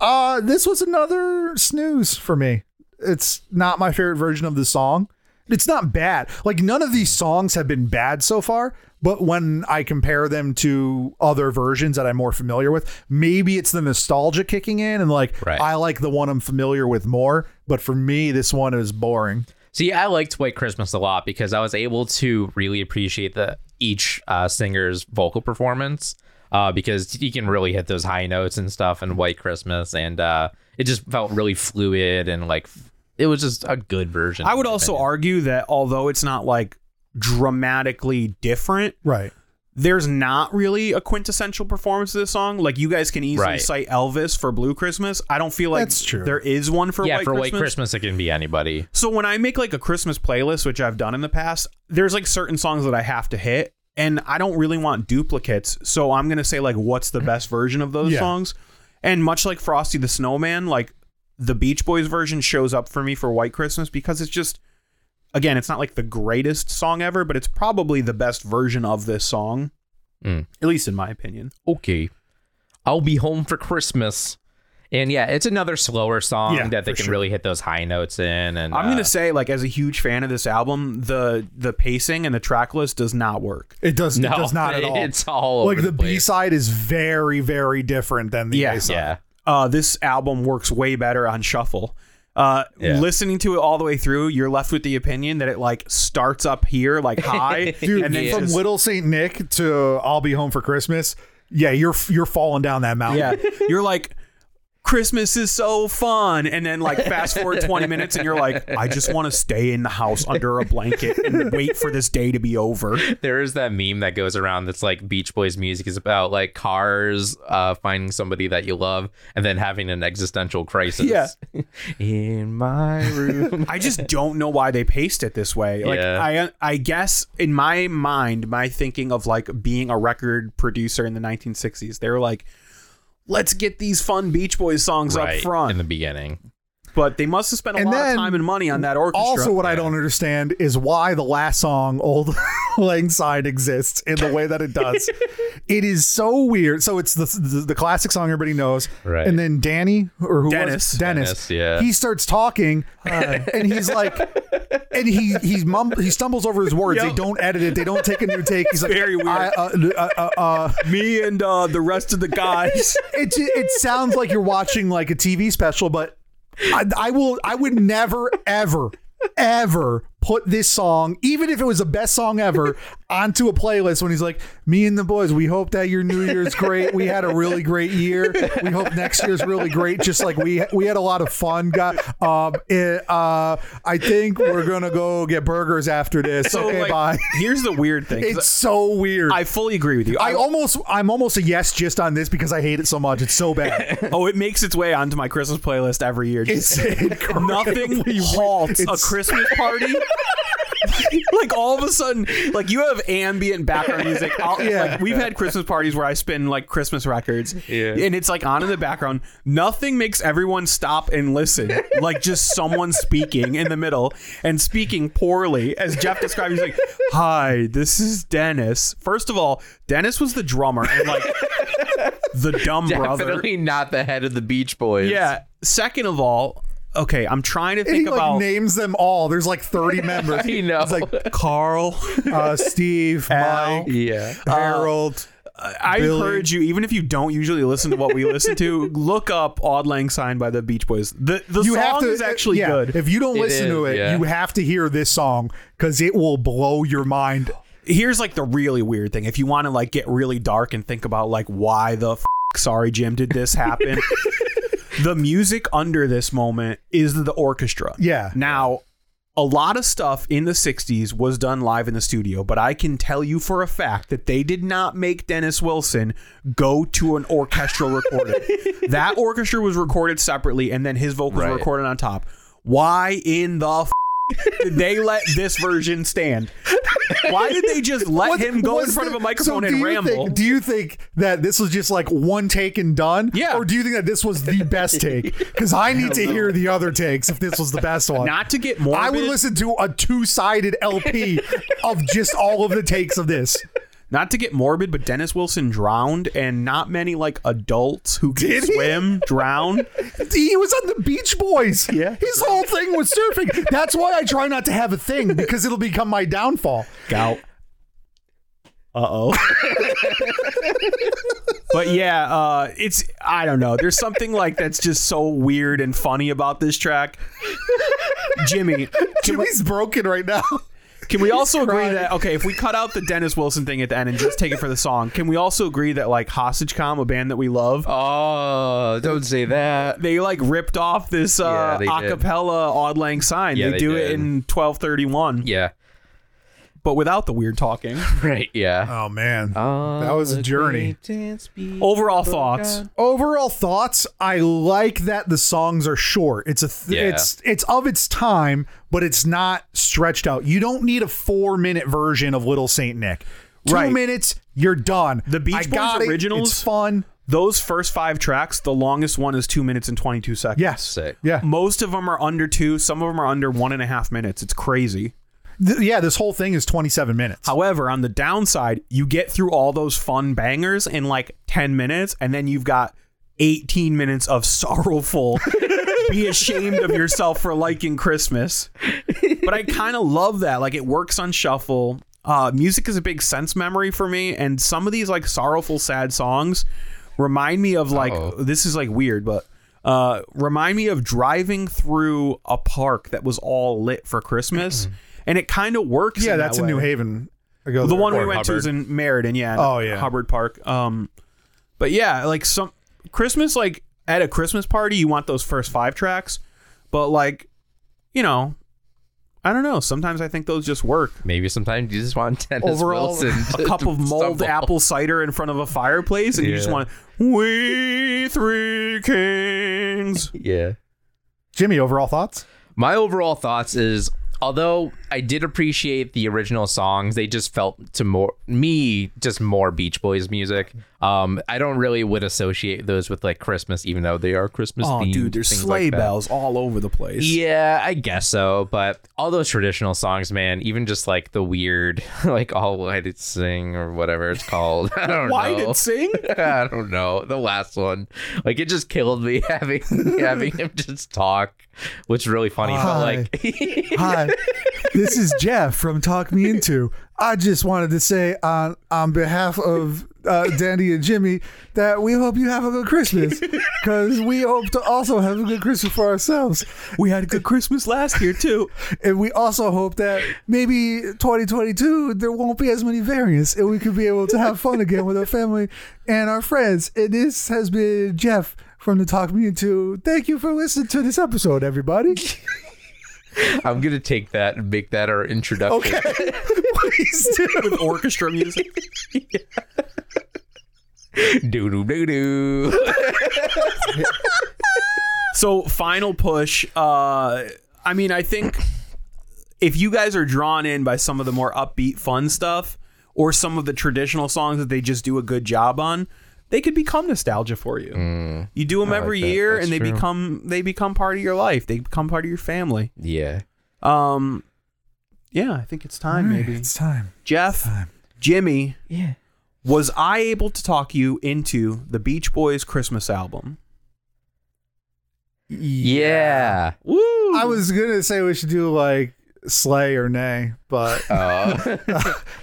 Uh, this was another snooze for me. It's not my favorite version of the song. It's not bad. Like none of these songs have been bad so far, but when I compare them to other versions that I'm more familiar with, maybe it's the nostalgia kicking in and like
Right.
I like the one I'm familiar with more, but for me this one is boring.
See, I liked White Christmas a lot because I was able to really appreciate the each uh, singer's vocal performance uh, because he can really hit those high notes and stuff in White Christmas, and uh, it just felt really fluid and like f- it was just a good version.
I
in
would
my
also
opinion.
argue that although it's not like dramatically different,
Right.
there's not really a quintessential performance of this song. Like you guys can easily
Right.
cite Elvis for Blue Christmas. I don't feel like
That's true.
there is one for
yeah
White
for
Christmas.
White Christmas it can be anybody.
So when I make like a Christmas playlist, which I've done in the past, there's like certain songs that I have to hit and I don't really want duplicates. So I'm going to say like what's the best version of those
Yeah.
songs? And much like Frosty the Snowman, like the Beach Boys version shows up for me for White Christmas because it's just again, it's not like the greatest song ever, but it's probably the best version of this song.
Mm.
At least in my opinion.
Okay, I'll be home for Christmas. And yeah, it's another slower song
Yeah,
that they
for
can
sure.
really hit those high notes in. And
I'm going
uh,
to say like as a huge fan of this album, the the pacing and the track list does not work.
It does
no,
it does not at all.
It's all
like
over
the,
the,
B
place.
side is very very different than the
Yeah.
A side.
Yeah,
uh, this album works way better on shuffle. Uh,
Yeah.
Listening to it all the way through, you're left with the opinion that it like starts up here, like high,
Dude,
and then
from
just-
Little Saint Nick to I'll Be Home for Christmas. Yeah, you're you're falling down that mountain.
yeah, you're like. Christmas is so fun, and then like fast forward 20 minutes, and you're like, I just want to stay in the house under a blanket and wait for this day to be over.
there is that meme that goes around that's like Beach Boys music is about like cars, uh, finding somebody that you love, and then having an existential crisis.
Yeah.
in my room.
I just don't know why they paced it this way. Like
Yeah.
I I guess in my mind, my thinking of like being a record producer in the 1960s, they were like, let's get these fun Beach Boys songs
Right,
up front.
in the beginning.
but they must have spent a
And
lot
then-
of time and money on that orchestra.
Also, what I don't understand is why the last song "Old Lang Syne" exists in the way that it does. it is so weird. So it's the the, the classic song everybody knows,
Right.
And then Danny or who
Dennis.
was it? Dennis,
Dennis, yeah.
he starts talking, uh, and he's like, and he he mum he stumbles over his words. They
Yep.
don't edit it. They don't take a new take. He's like,
Very weird.
I, uh, uh, uh, uh,
me and uh, the rest of the guys.
it ju- it sounds like you're watching like a TV special, but I, I will I would never ever ever put this song, even if it was the best song ever, onto a playlist. When he's like, "Me and the boys, we hope that your New Year's great. We had a really great year. We hope next year's really great. Just like we we had a lot of fun. Got um, it, uh, I think we're gonna go get burgers after this.
So,
okay,
like,
bye.
Here's the weird thing. 'cause
It's so weird.
I fully agree with you.
I almost, I'm almost a yes just on this because I hate it so much. It's so bad.
oh, it makes its way onto my Christmas playlist every year.
It's incredible.
Nothing halts a Christmas party like all of a sudden, like you have ambient background music. I'll,
Yeah.
Like we've had Christmas parties where I spin like Christmas records,
Yeah.
and it's like on in the background. Nothing makes everyone stop and listen. Like just someone speaking in the middle and speaking poorly, as Jeff described. He's like, "Hi, this is Dennis." First of all, Dennis was the drummer and like the dumb brother.
Definitely not the head of the Beach Boys.
Yeah. Second of all, okay, I'm trying to
And
think
he like
about
names them all. There's like 30 members.
I know.
It's like
Carl.
uh, Steve,
Al.
Mike,
yeah.
Uh, Harold.
I
Billy.
encourage you, even if you don't usually listen to what we listen to, look up "Auld Lang Syne" by the Beach Boys. The the
you
song
have to
is actually
yeah,
good.
If you don't listen to
is,
it,
yeah.
you have to hear this song because it will blow your mind.
Here's like the really weird thing. If you want to like get really dark and think about like why the f- sorry Jim did this happen, the music under this moment is the orchestra.
Yeah.
Now, a lot of stuff in the 60s was done live in the studio, but I can tell you for a fact that they did not make Dennis Wilson go to an orchestral recording. that orchestra was recorded separately, and then his vocals
Right.
were recorded on top. Why in the f- did they let this version stand? Why did they just let
What-
him go in
was
front
the-
of a microphone
so do
and
you
ramble?
Think, do you think that this was just like one take and done?
Yeah.
Or do you think that this was the best take? Because I need to hear the other takes if this was the best one.
not to get more.
I would listen to a two-sided LP of just all of the takes of this.
Not to get morbid, but Dennis Wilson drowned, and not many like adults who can
Did he?
swim drown.
He was on the Beach Boys. Yeah. His whole thing was surfing. That's why I try not to have a thing because it'll become my downfall.
Gout. Uh oh. but yeah, uh, it's I don't know. There's something like that's just so weird and funny about this track. Jimmy, can we,
Jimmy's broken right now.
can we also agree
crying.
that okay, if we cut out the Dennis Wilson thing at the end and just take it for the song, can we also agree that like Hostage Com, a band that we love,
Oh, don't say that.
they like ripped off this uh,
Yeah, they did.
acapella Auld Lang Syne.
Yeah,
they,
they
do it
did.
in 1231,
Yeah.
but without the weird talking.
Right. Uh, Yeah.
Oh man.
Ah,
that was a journey.
Overall thoughts.
Overall thoughts, I like that the songs are short. It's a th-
Yeah.
it's it's of its time, but it's not stretched out. You don't need a 4-minute version of Little Saint Nick. 2
Right.
minutes, you're done.
The Beach
I
Boys
got it.
originals-
It's fun.
those first five tracks, the longest one is two minutes and 22 seconds.
Yes.
Sick.
Yeah.
Most of them are under two. Some of them are under one and a half minutes. It's crazy.
Th- yeah, this whole thing is 27 minutes.
However, on the downside, you get through all those fun bangers in like 10 minutes, and then you've got 18 minutes of sorrowful, be ashamed of yourself for liking Christmas. But I kind of love that. Like, it works on shuffle. Uh, music is a big sense memory for me, and some of these like sorrowful, sad songs remind me of like
Uh-oh.
this is like weird, but uh, remind me of driving through a park that was all lit for Christmas, and it kind of works.
Yeah,
in
that's
that
in
way
New Haven. I go
the
there.
one we
Or
went to is in Meriden, yeah. in
Oh, yeah.
Hubbard Park. Um, but yeah, like some Christmas, like at a Christmas party, you want those first five tracks, but like, you know, I don't know. Sometimes I think those just work.
Maybe sometimes you just want Dennis
Overall,
Wilson.
A
to-
cup
to
of mulled
stumble.
apple cider in front of a fireplace, and you just
Yeah.
want we three kings.
Yeah.
Jimmy, overall thoughts?
My overall thoughts is although I did appreciate the original songs, they just felt to more me just more Beach Boys music. Um, I don't really would associate those with like Christmas, even though they are Christmas.
Oh,
themed,
dude, there's
things
sleigh
like that.
bells all over the place.
Yeah, I guess so. But all those traditional songs, man, even just like the weird, like all why did sing or whatever it's called. I don't
Why
know.
did sing?
I don't know. The last one, like it just killed me having having him just talk, which is really funny. But like,
Hi, this is Jeff from Talk Me Into. I just wanted to say on on behalf of uh, Danny and Jimmy that we hope you have a good Christmas because we hope to also have a good Christmas for ourselves.
We had a good Christmas last year too.
And we also hope that maybe 2022 there won't be as many variants and we could be able to have fun again with our family and our friends. And this has been Jeff from the Talk Me Into. Thank you for listening to this episode, everybody.
I'm gonna take that and make that our introduction.
Please do.
With orchestra music.
Doo doo doo doo.
So final push. Uh, I mean, I think if you guys are drawn in by some of the more upbeat fun stuff or some of the traditional songs that they just do a good job on, they could become nostalgia for you. you do them every
Mm. that.
year
That's
and they
true.
become they become part of your life. They become part of your family.
Yeah.
Um yeah, I think it's time maybe.
It's time.
Jeff,
time.
Jimmy,
Yeah.
was I able to talk you into the Beach Boys Christmas album?
Yeah.
Woo!
I was gonna say we should do like slay or nay, but
Uh,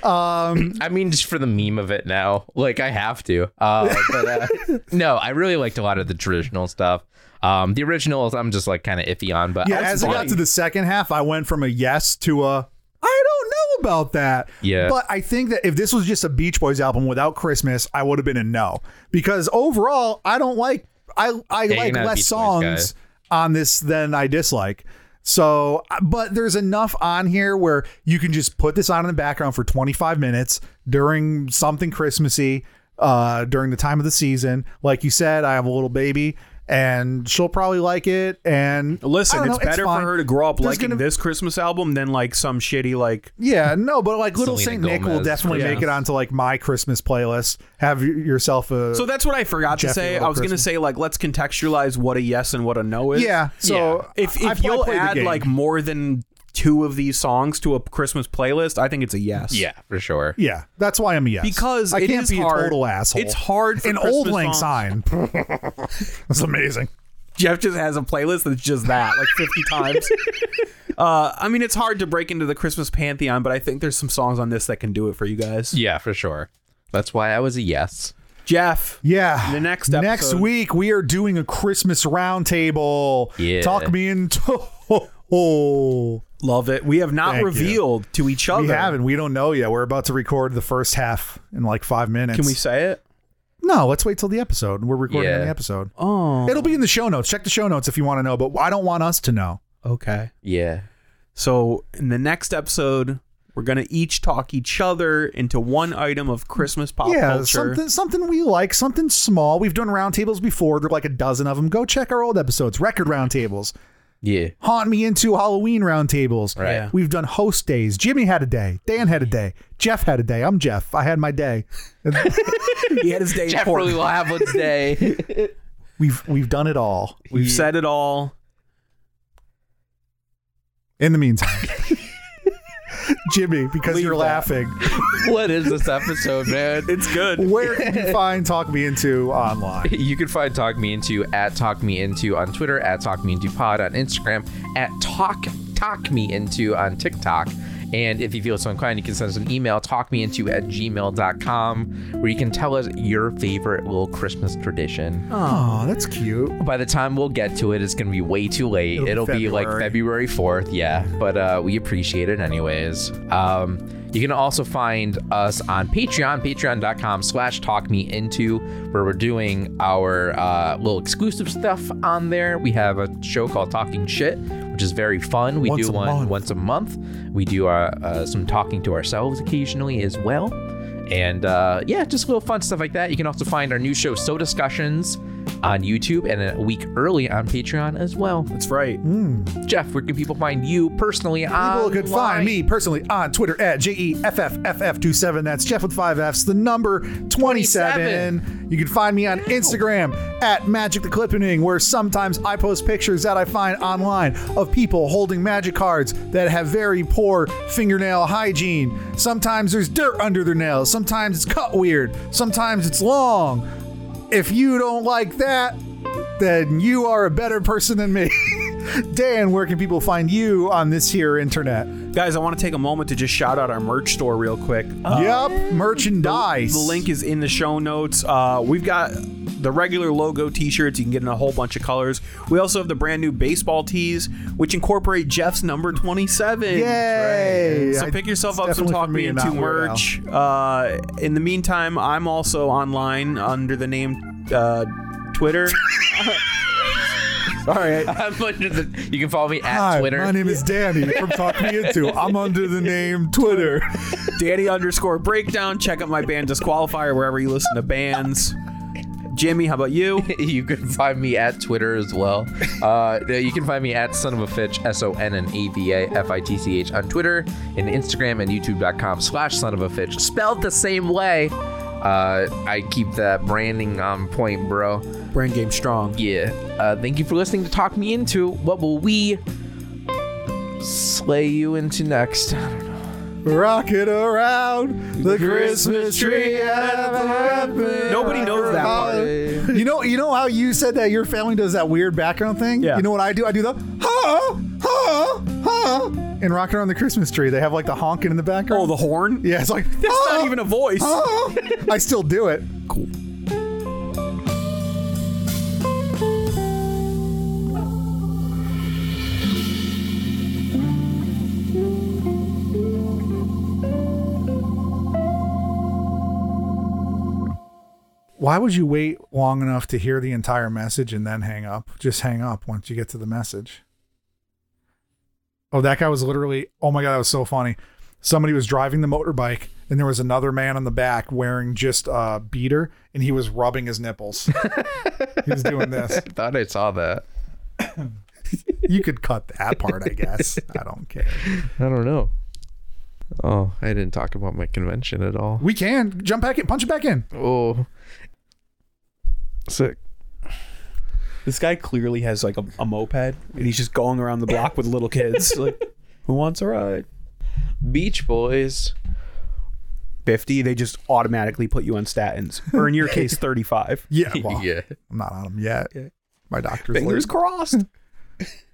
Oh.
um,
I mean, just for the meme of it now, like I have to. Uh, but uh, no, I really liked a lot of the traditional stuff. Um, the originals, I'm just like kind of iffy on, but
yeah.
I was
As I got
fine.
to the second half, I went from a yes to a I don't know about that.
Yeah.
But I think that if this was just a Beach Boys album without Christmas, I would have been a no because overall, I don't like I I
you're
like
not a
less
Beach Boys
songs on this than I dislike. So, but there's enough on here where you can just put this on in the background for 25 minutes during something Christmassy, uh, during the time of the season. Like you said, I have a little baby, and she'll probably like it. And I
Listen,
don't
it's
know,
better
fine.
for her to grow up
There's
liking
gonna-
this Christmas album than like some shitty like
Yeah, no, but like Little Saint
Selena
Nick will
Gomez,
definitely
yeah.
make it onto like my Christmas playlist. Have y- yourself a
So that's what I forgot to
Jeffy
say.
Little
I was going to
Christmas.
say like let's contextualize what a yes and what a no is.
yeah. So
If
I- I
if
play-
you'll
play the
add
game.
like more than two of these songs to a Christmas playlist, I think it's a yes.
yeah, for sure.
yeah, that's why I'm a yes
Because
I
it
can't
is
be
hard.
a total asshole.
It's hard for
An old
Christmas
lang
songs-
sign. that's amazing.
Jeff just has a playlist that's just that like 50 times. Uh, I mean, it's hard to break into the Christmas pantheon, but I think there's some songs on this that can do it for you guys.
Yeah, for sure. That's why I was a yes.
Jeff,
Yeah.
The next
next
episode-
week we are doing a Christmas roundtable.
Yeah.
Talk me into. Oh,
love it. We have not
Thank you.
revealed to each other.
we haven't. We don't know yet. We're about to record the first half in like five minutes.
Can we say it?
No, let's wait till the episode. We're recording
Yeah.
the episode.
Oh,
It'll be in the show notes. Check the show notes if you want to know, but I don't want us to know.
okay.
Yeah.
So in the next episode, we're gonna each talk each other into one item of Christmas pop
yeah,
culture.
something something we like, something small. We've done roundtables before. There are like a dozen of them. Go check our old episodes, record roundtables,
Yeah.
haunt me into Halloween roundtables.
Right.
Yeah.
We've done host days. Jimmy had a day. Dan had a day. Jeff had a day. I'm Jeff. I had my day.
He had his day in
Jeff
court.
really will have one today.
We've we've done it all.
We've said it all.
In the meantime, Jimmy, because
Leave
you're
that.
laughing,
what is this episode, man?
It's good.
where can you find Talk Me Into online?
You can find Talk Me Into at Talk Me Into on Twitter, at Talk Me Into Pod on Instagram, at Talk Talk Me Into on TikTok. And if you feel so inclined, you can send us an email, talkmeinto at gmail.com, where you can tell us your favorite little Christmas tradition.
Oh, that's cute.
By the time we'll get to it, it's going to be way too late.
It'll be
It'll, be like February 4th, yeah. But uh, we appreciate it anyways. Um, you can also find us on Patreon, patreon.com slash talkmeinto, where we're doing our uh, little exclusive stuff on there. We have a show called Talking Shit, which is very fun. We
Once
do
a
one
month.
once a month. We do our, uh, some talking to ourselves occasionally as well. And uh, yeah, just little fun stuff like that. You can also find our new show, So Discussions, on YouTube and a week early on Patreon as well.
That's right.
Mm.
Jeff, where can people find you personally
People
on?
could find me personally on Twitter at E JEFFFF27. That's Jeff with five F's, the number 27.
27.
You can find me on Instagram at Magic the Clippening, where sometimes I post pictures that I find online of people holding magic cards that have very poor fingernail hygiene. Sometimes there's dirt under their nails. Sometimes it's cut weird. Sometimes it's long. If you don't like that, then you are a better person than me. Dan, where can people find you on this here internet?
Guys, I want to take a moment to just shout out our merch store real quick. Uh,
yep, merchandise.
The link is in the show notes. Uh, we've got the regular logo t-shirts. You can get in a whole bunch of colors. We also have the brand new baseball tees, which incorporate Jeff's number 27.
Yay!
So
I-
pick yourself
it's
up some
definitely
Talk
for
Me
and not
Into
Weird Al.
merch. Uh, in the meantime, I'm also online under the name uh, Twitter.
Sorry. I-
I'm under the, you can follow me at
Hi,
Twitter.
my name is Danny from Talk Me Into. I'm under the name Twitter.
Danny underscore breakdown. Check out my band Disqualifier wherever you listen to bands. Jimmy, how about you?
You can find me at Twitter as well. Uh, you can find me at Son of a Fitch, S O N N A V A F I T C H on Twitter and Instagram and YouTube.com slash Son of a Fitch, spelled the same way. Uh, I keep that branding on point, bro.
Brain game strong.
Yeah. Uh, thank you for listening to Talk Me Into. What will we slay you into next?
Rock it around the Christmas tree.
Nobody
Nobody
knows that part.
You know, you know how you said that your family does that weird background thing.
Yeah.
You know what I do? I do the ha ha ha and rock around the Christmas tree. They have like the honking in the background.
Oh, the horn?
yeah, Oh. it's like
That's not even a voice.
I still do it.
Cool.
Why would you wait long enough to hear the entire message and then hang up? Just hang up once you get to the message. Oh, that guy was literally, oh my God, that was so funny. Somebody was driving the motorbike and there was another man on the back wearing just a beater and he was rubbing his nipples. he was doing this.
I thought I saw that.
You could cut that part, I guess. I don't care.
I don't know. Oh, I didn't talk about my convention at all.
We can jump back in, punch it back in.
Oh. Sick.
This guy clearly has like a, a moped and he's just going around the block with little kids. like, who wants a ride?
Beach Boys.
50, they just automatically put you on statins. Or in your case, 35.
Yeah, well,
Yeah.
I'm not on him yet. My doctor's
Fingers
late.
crossed.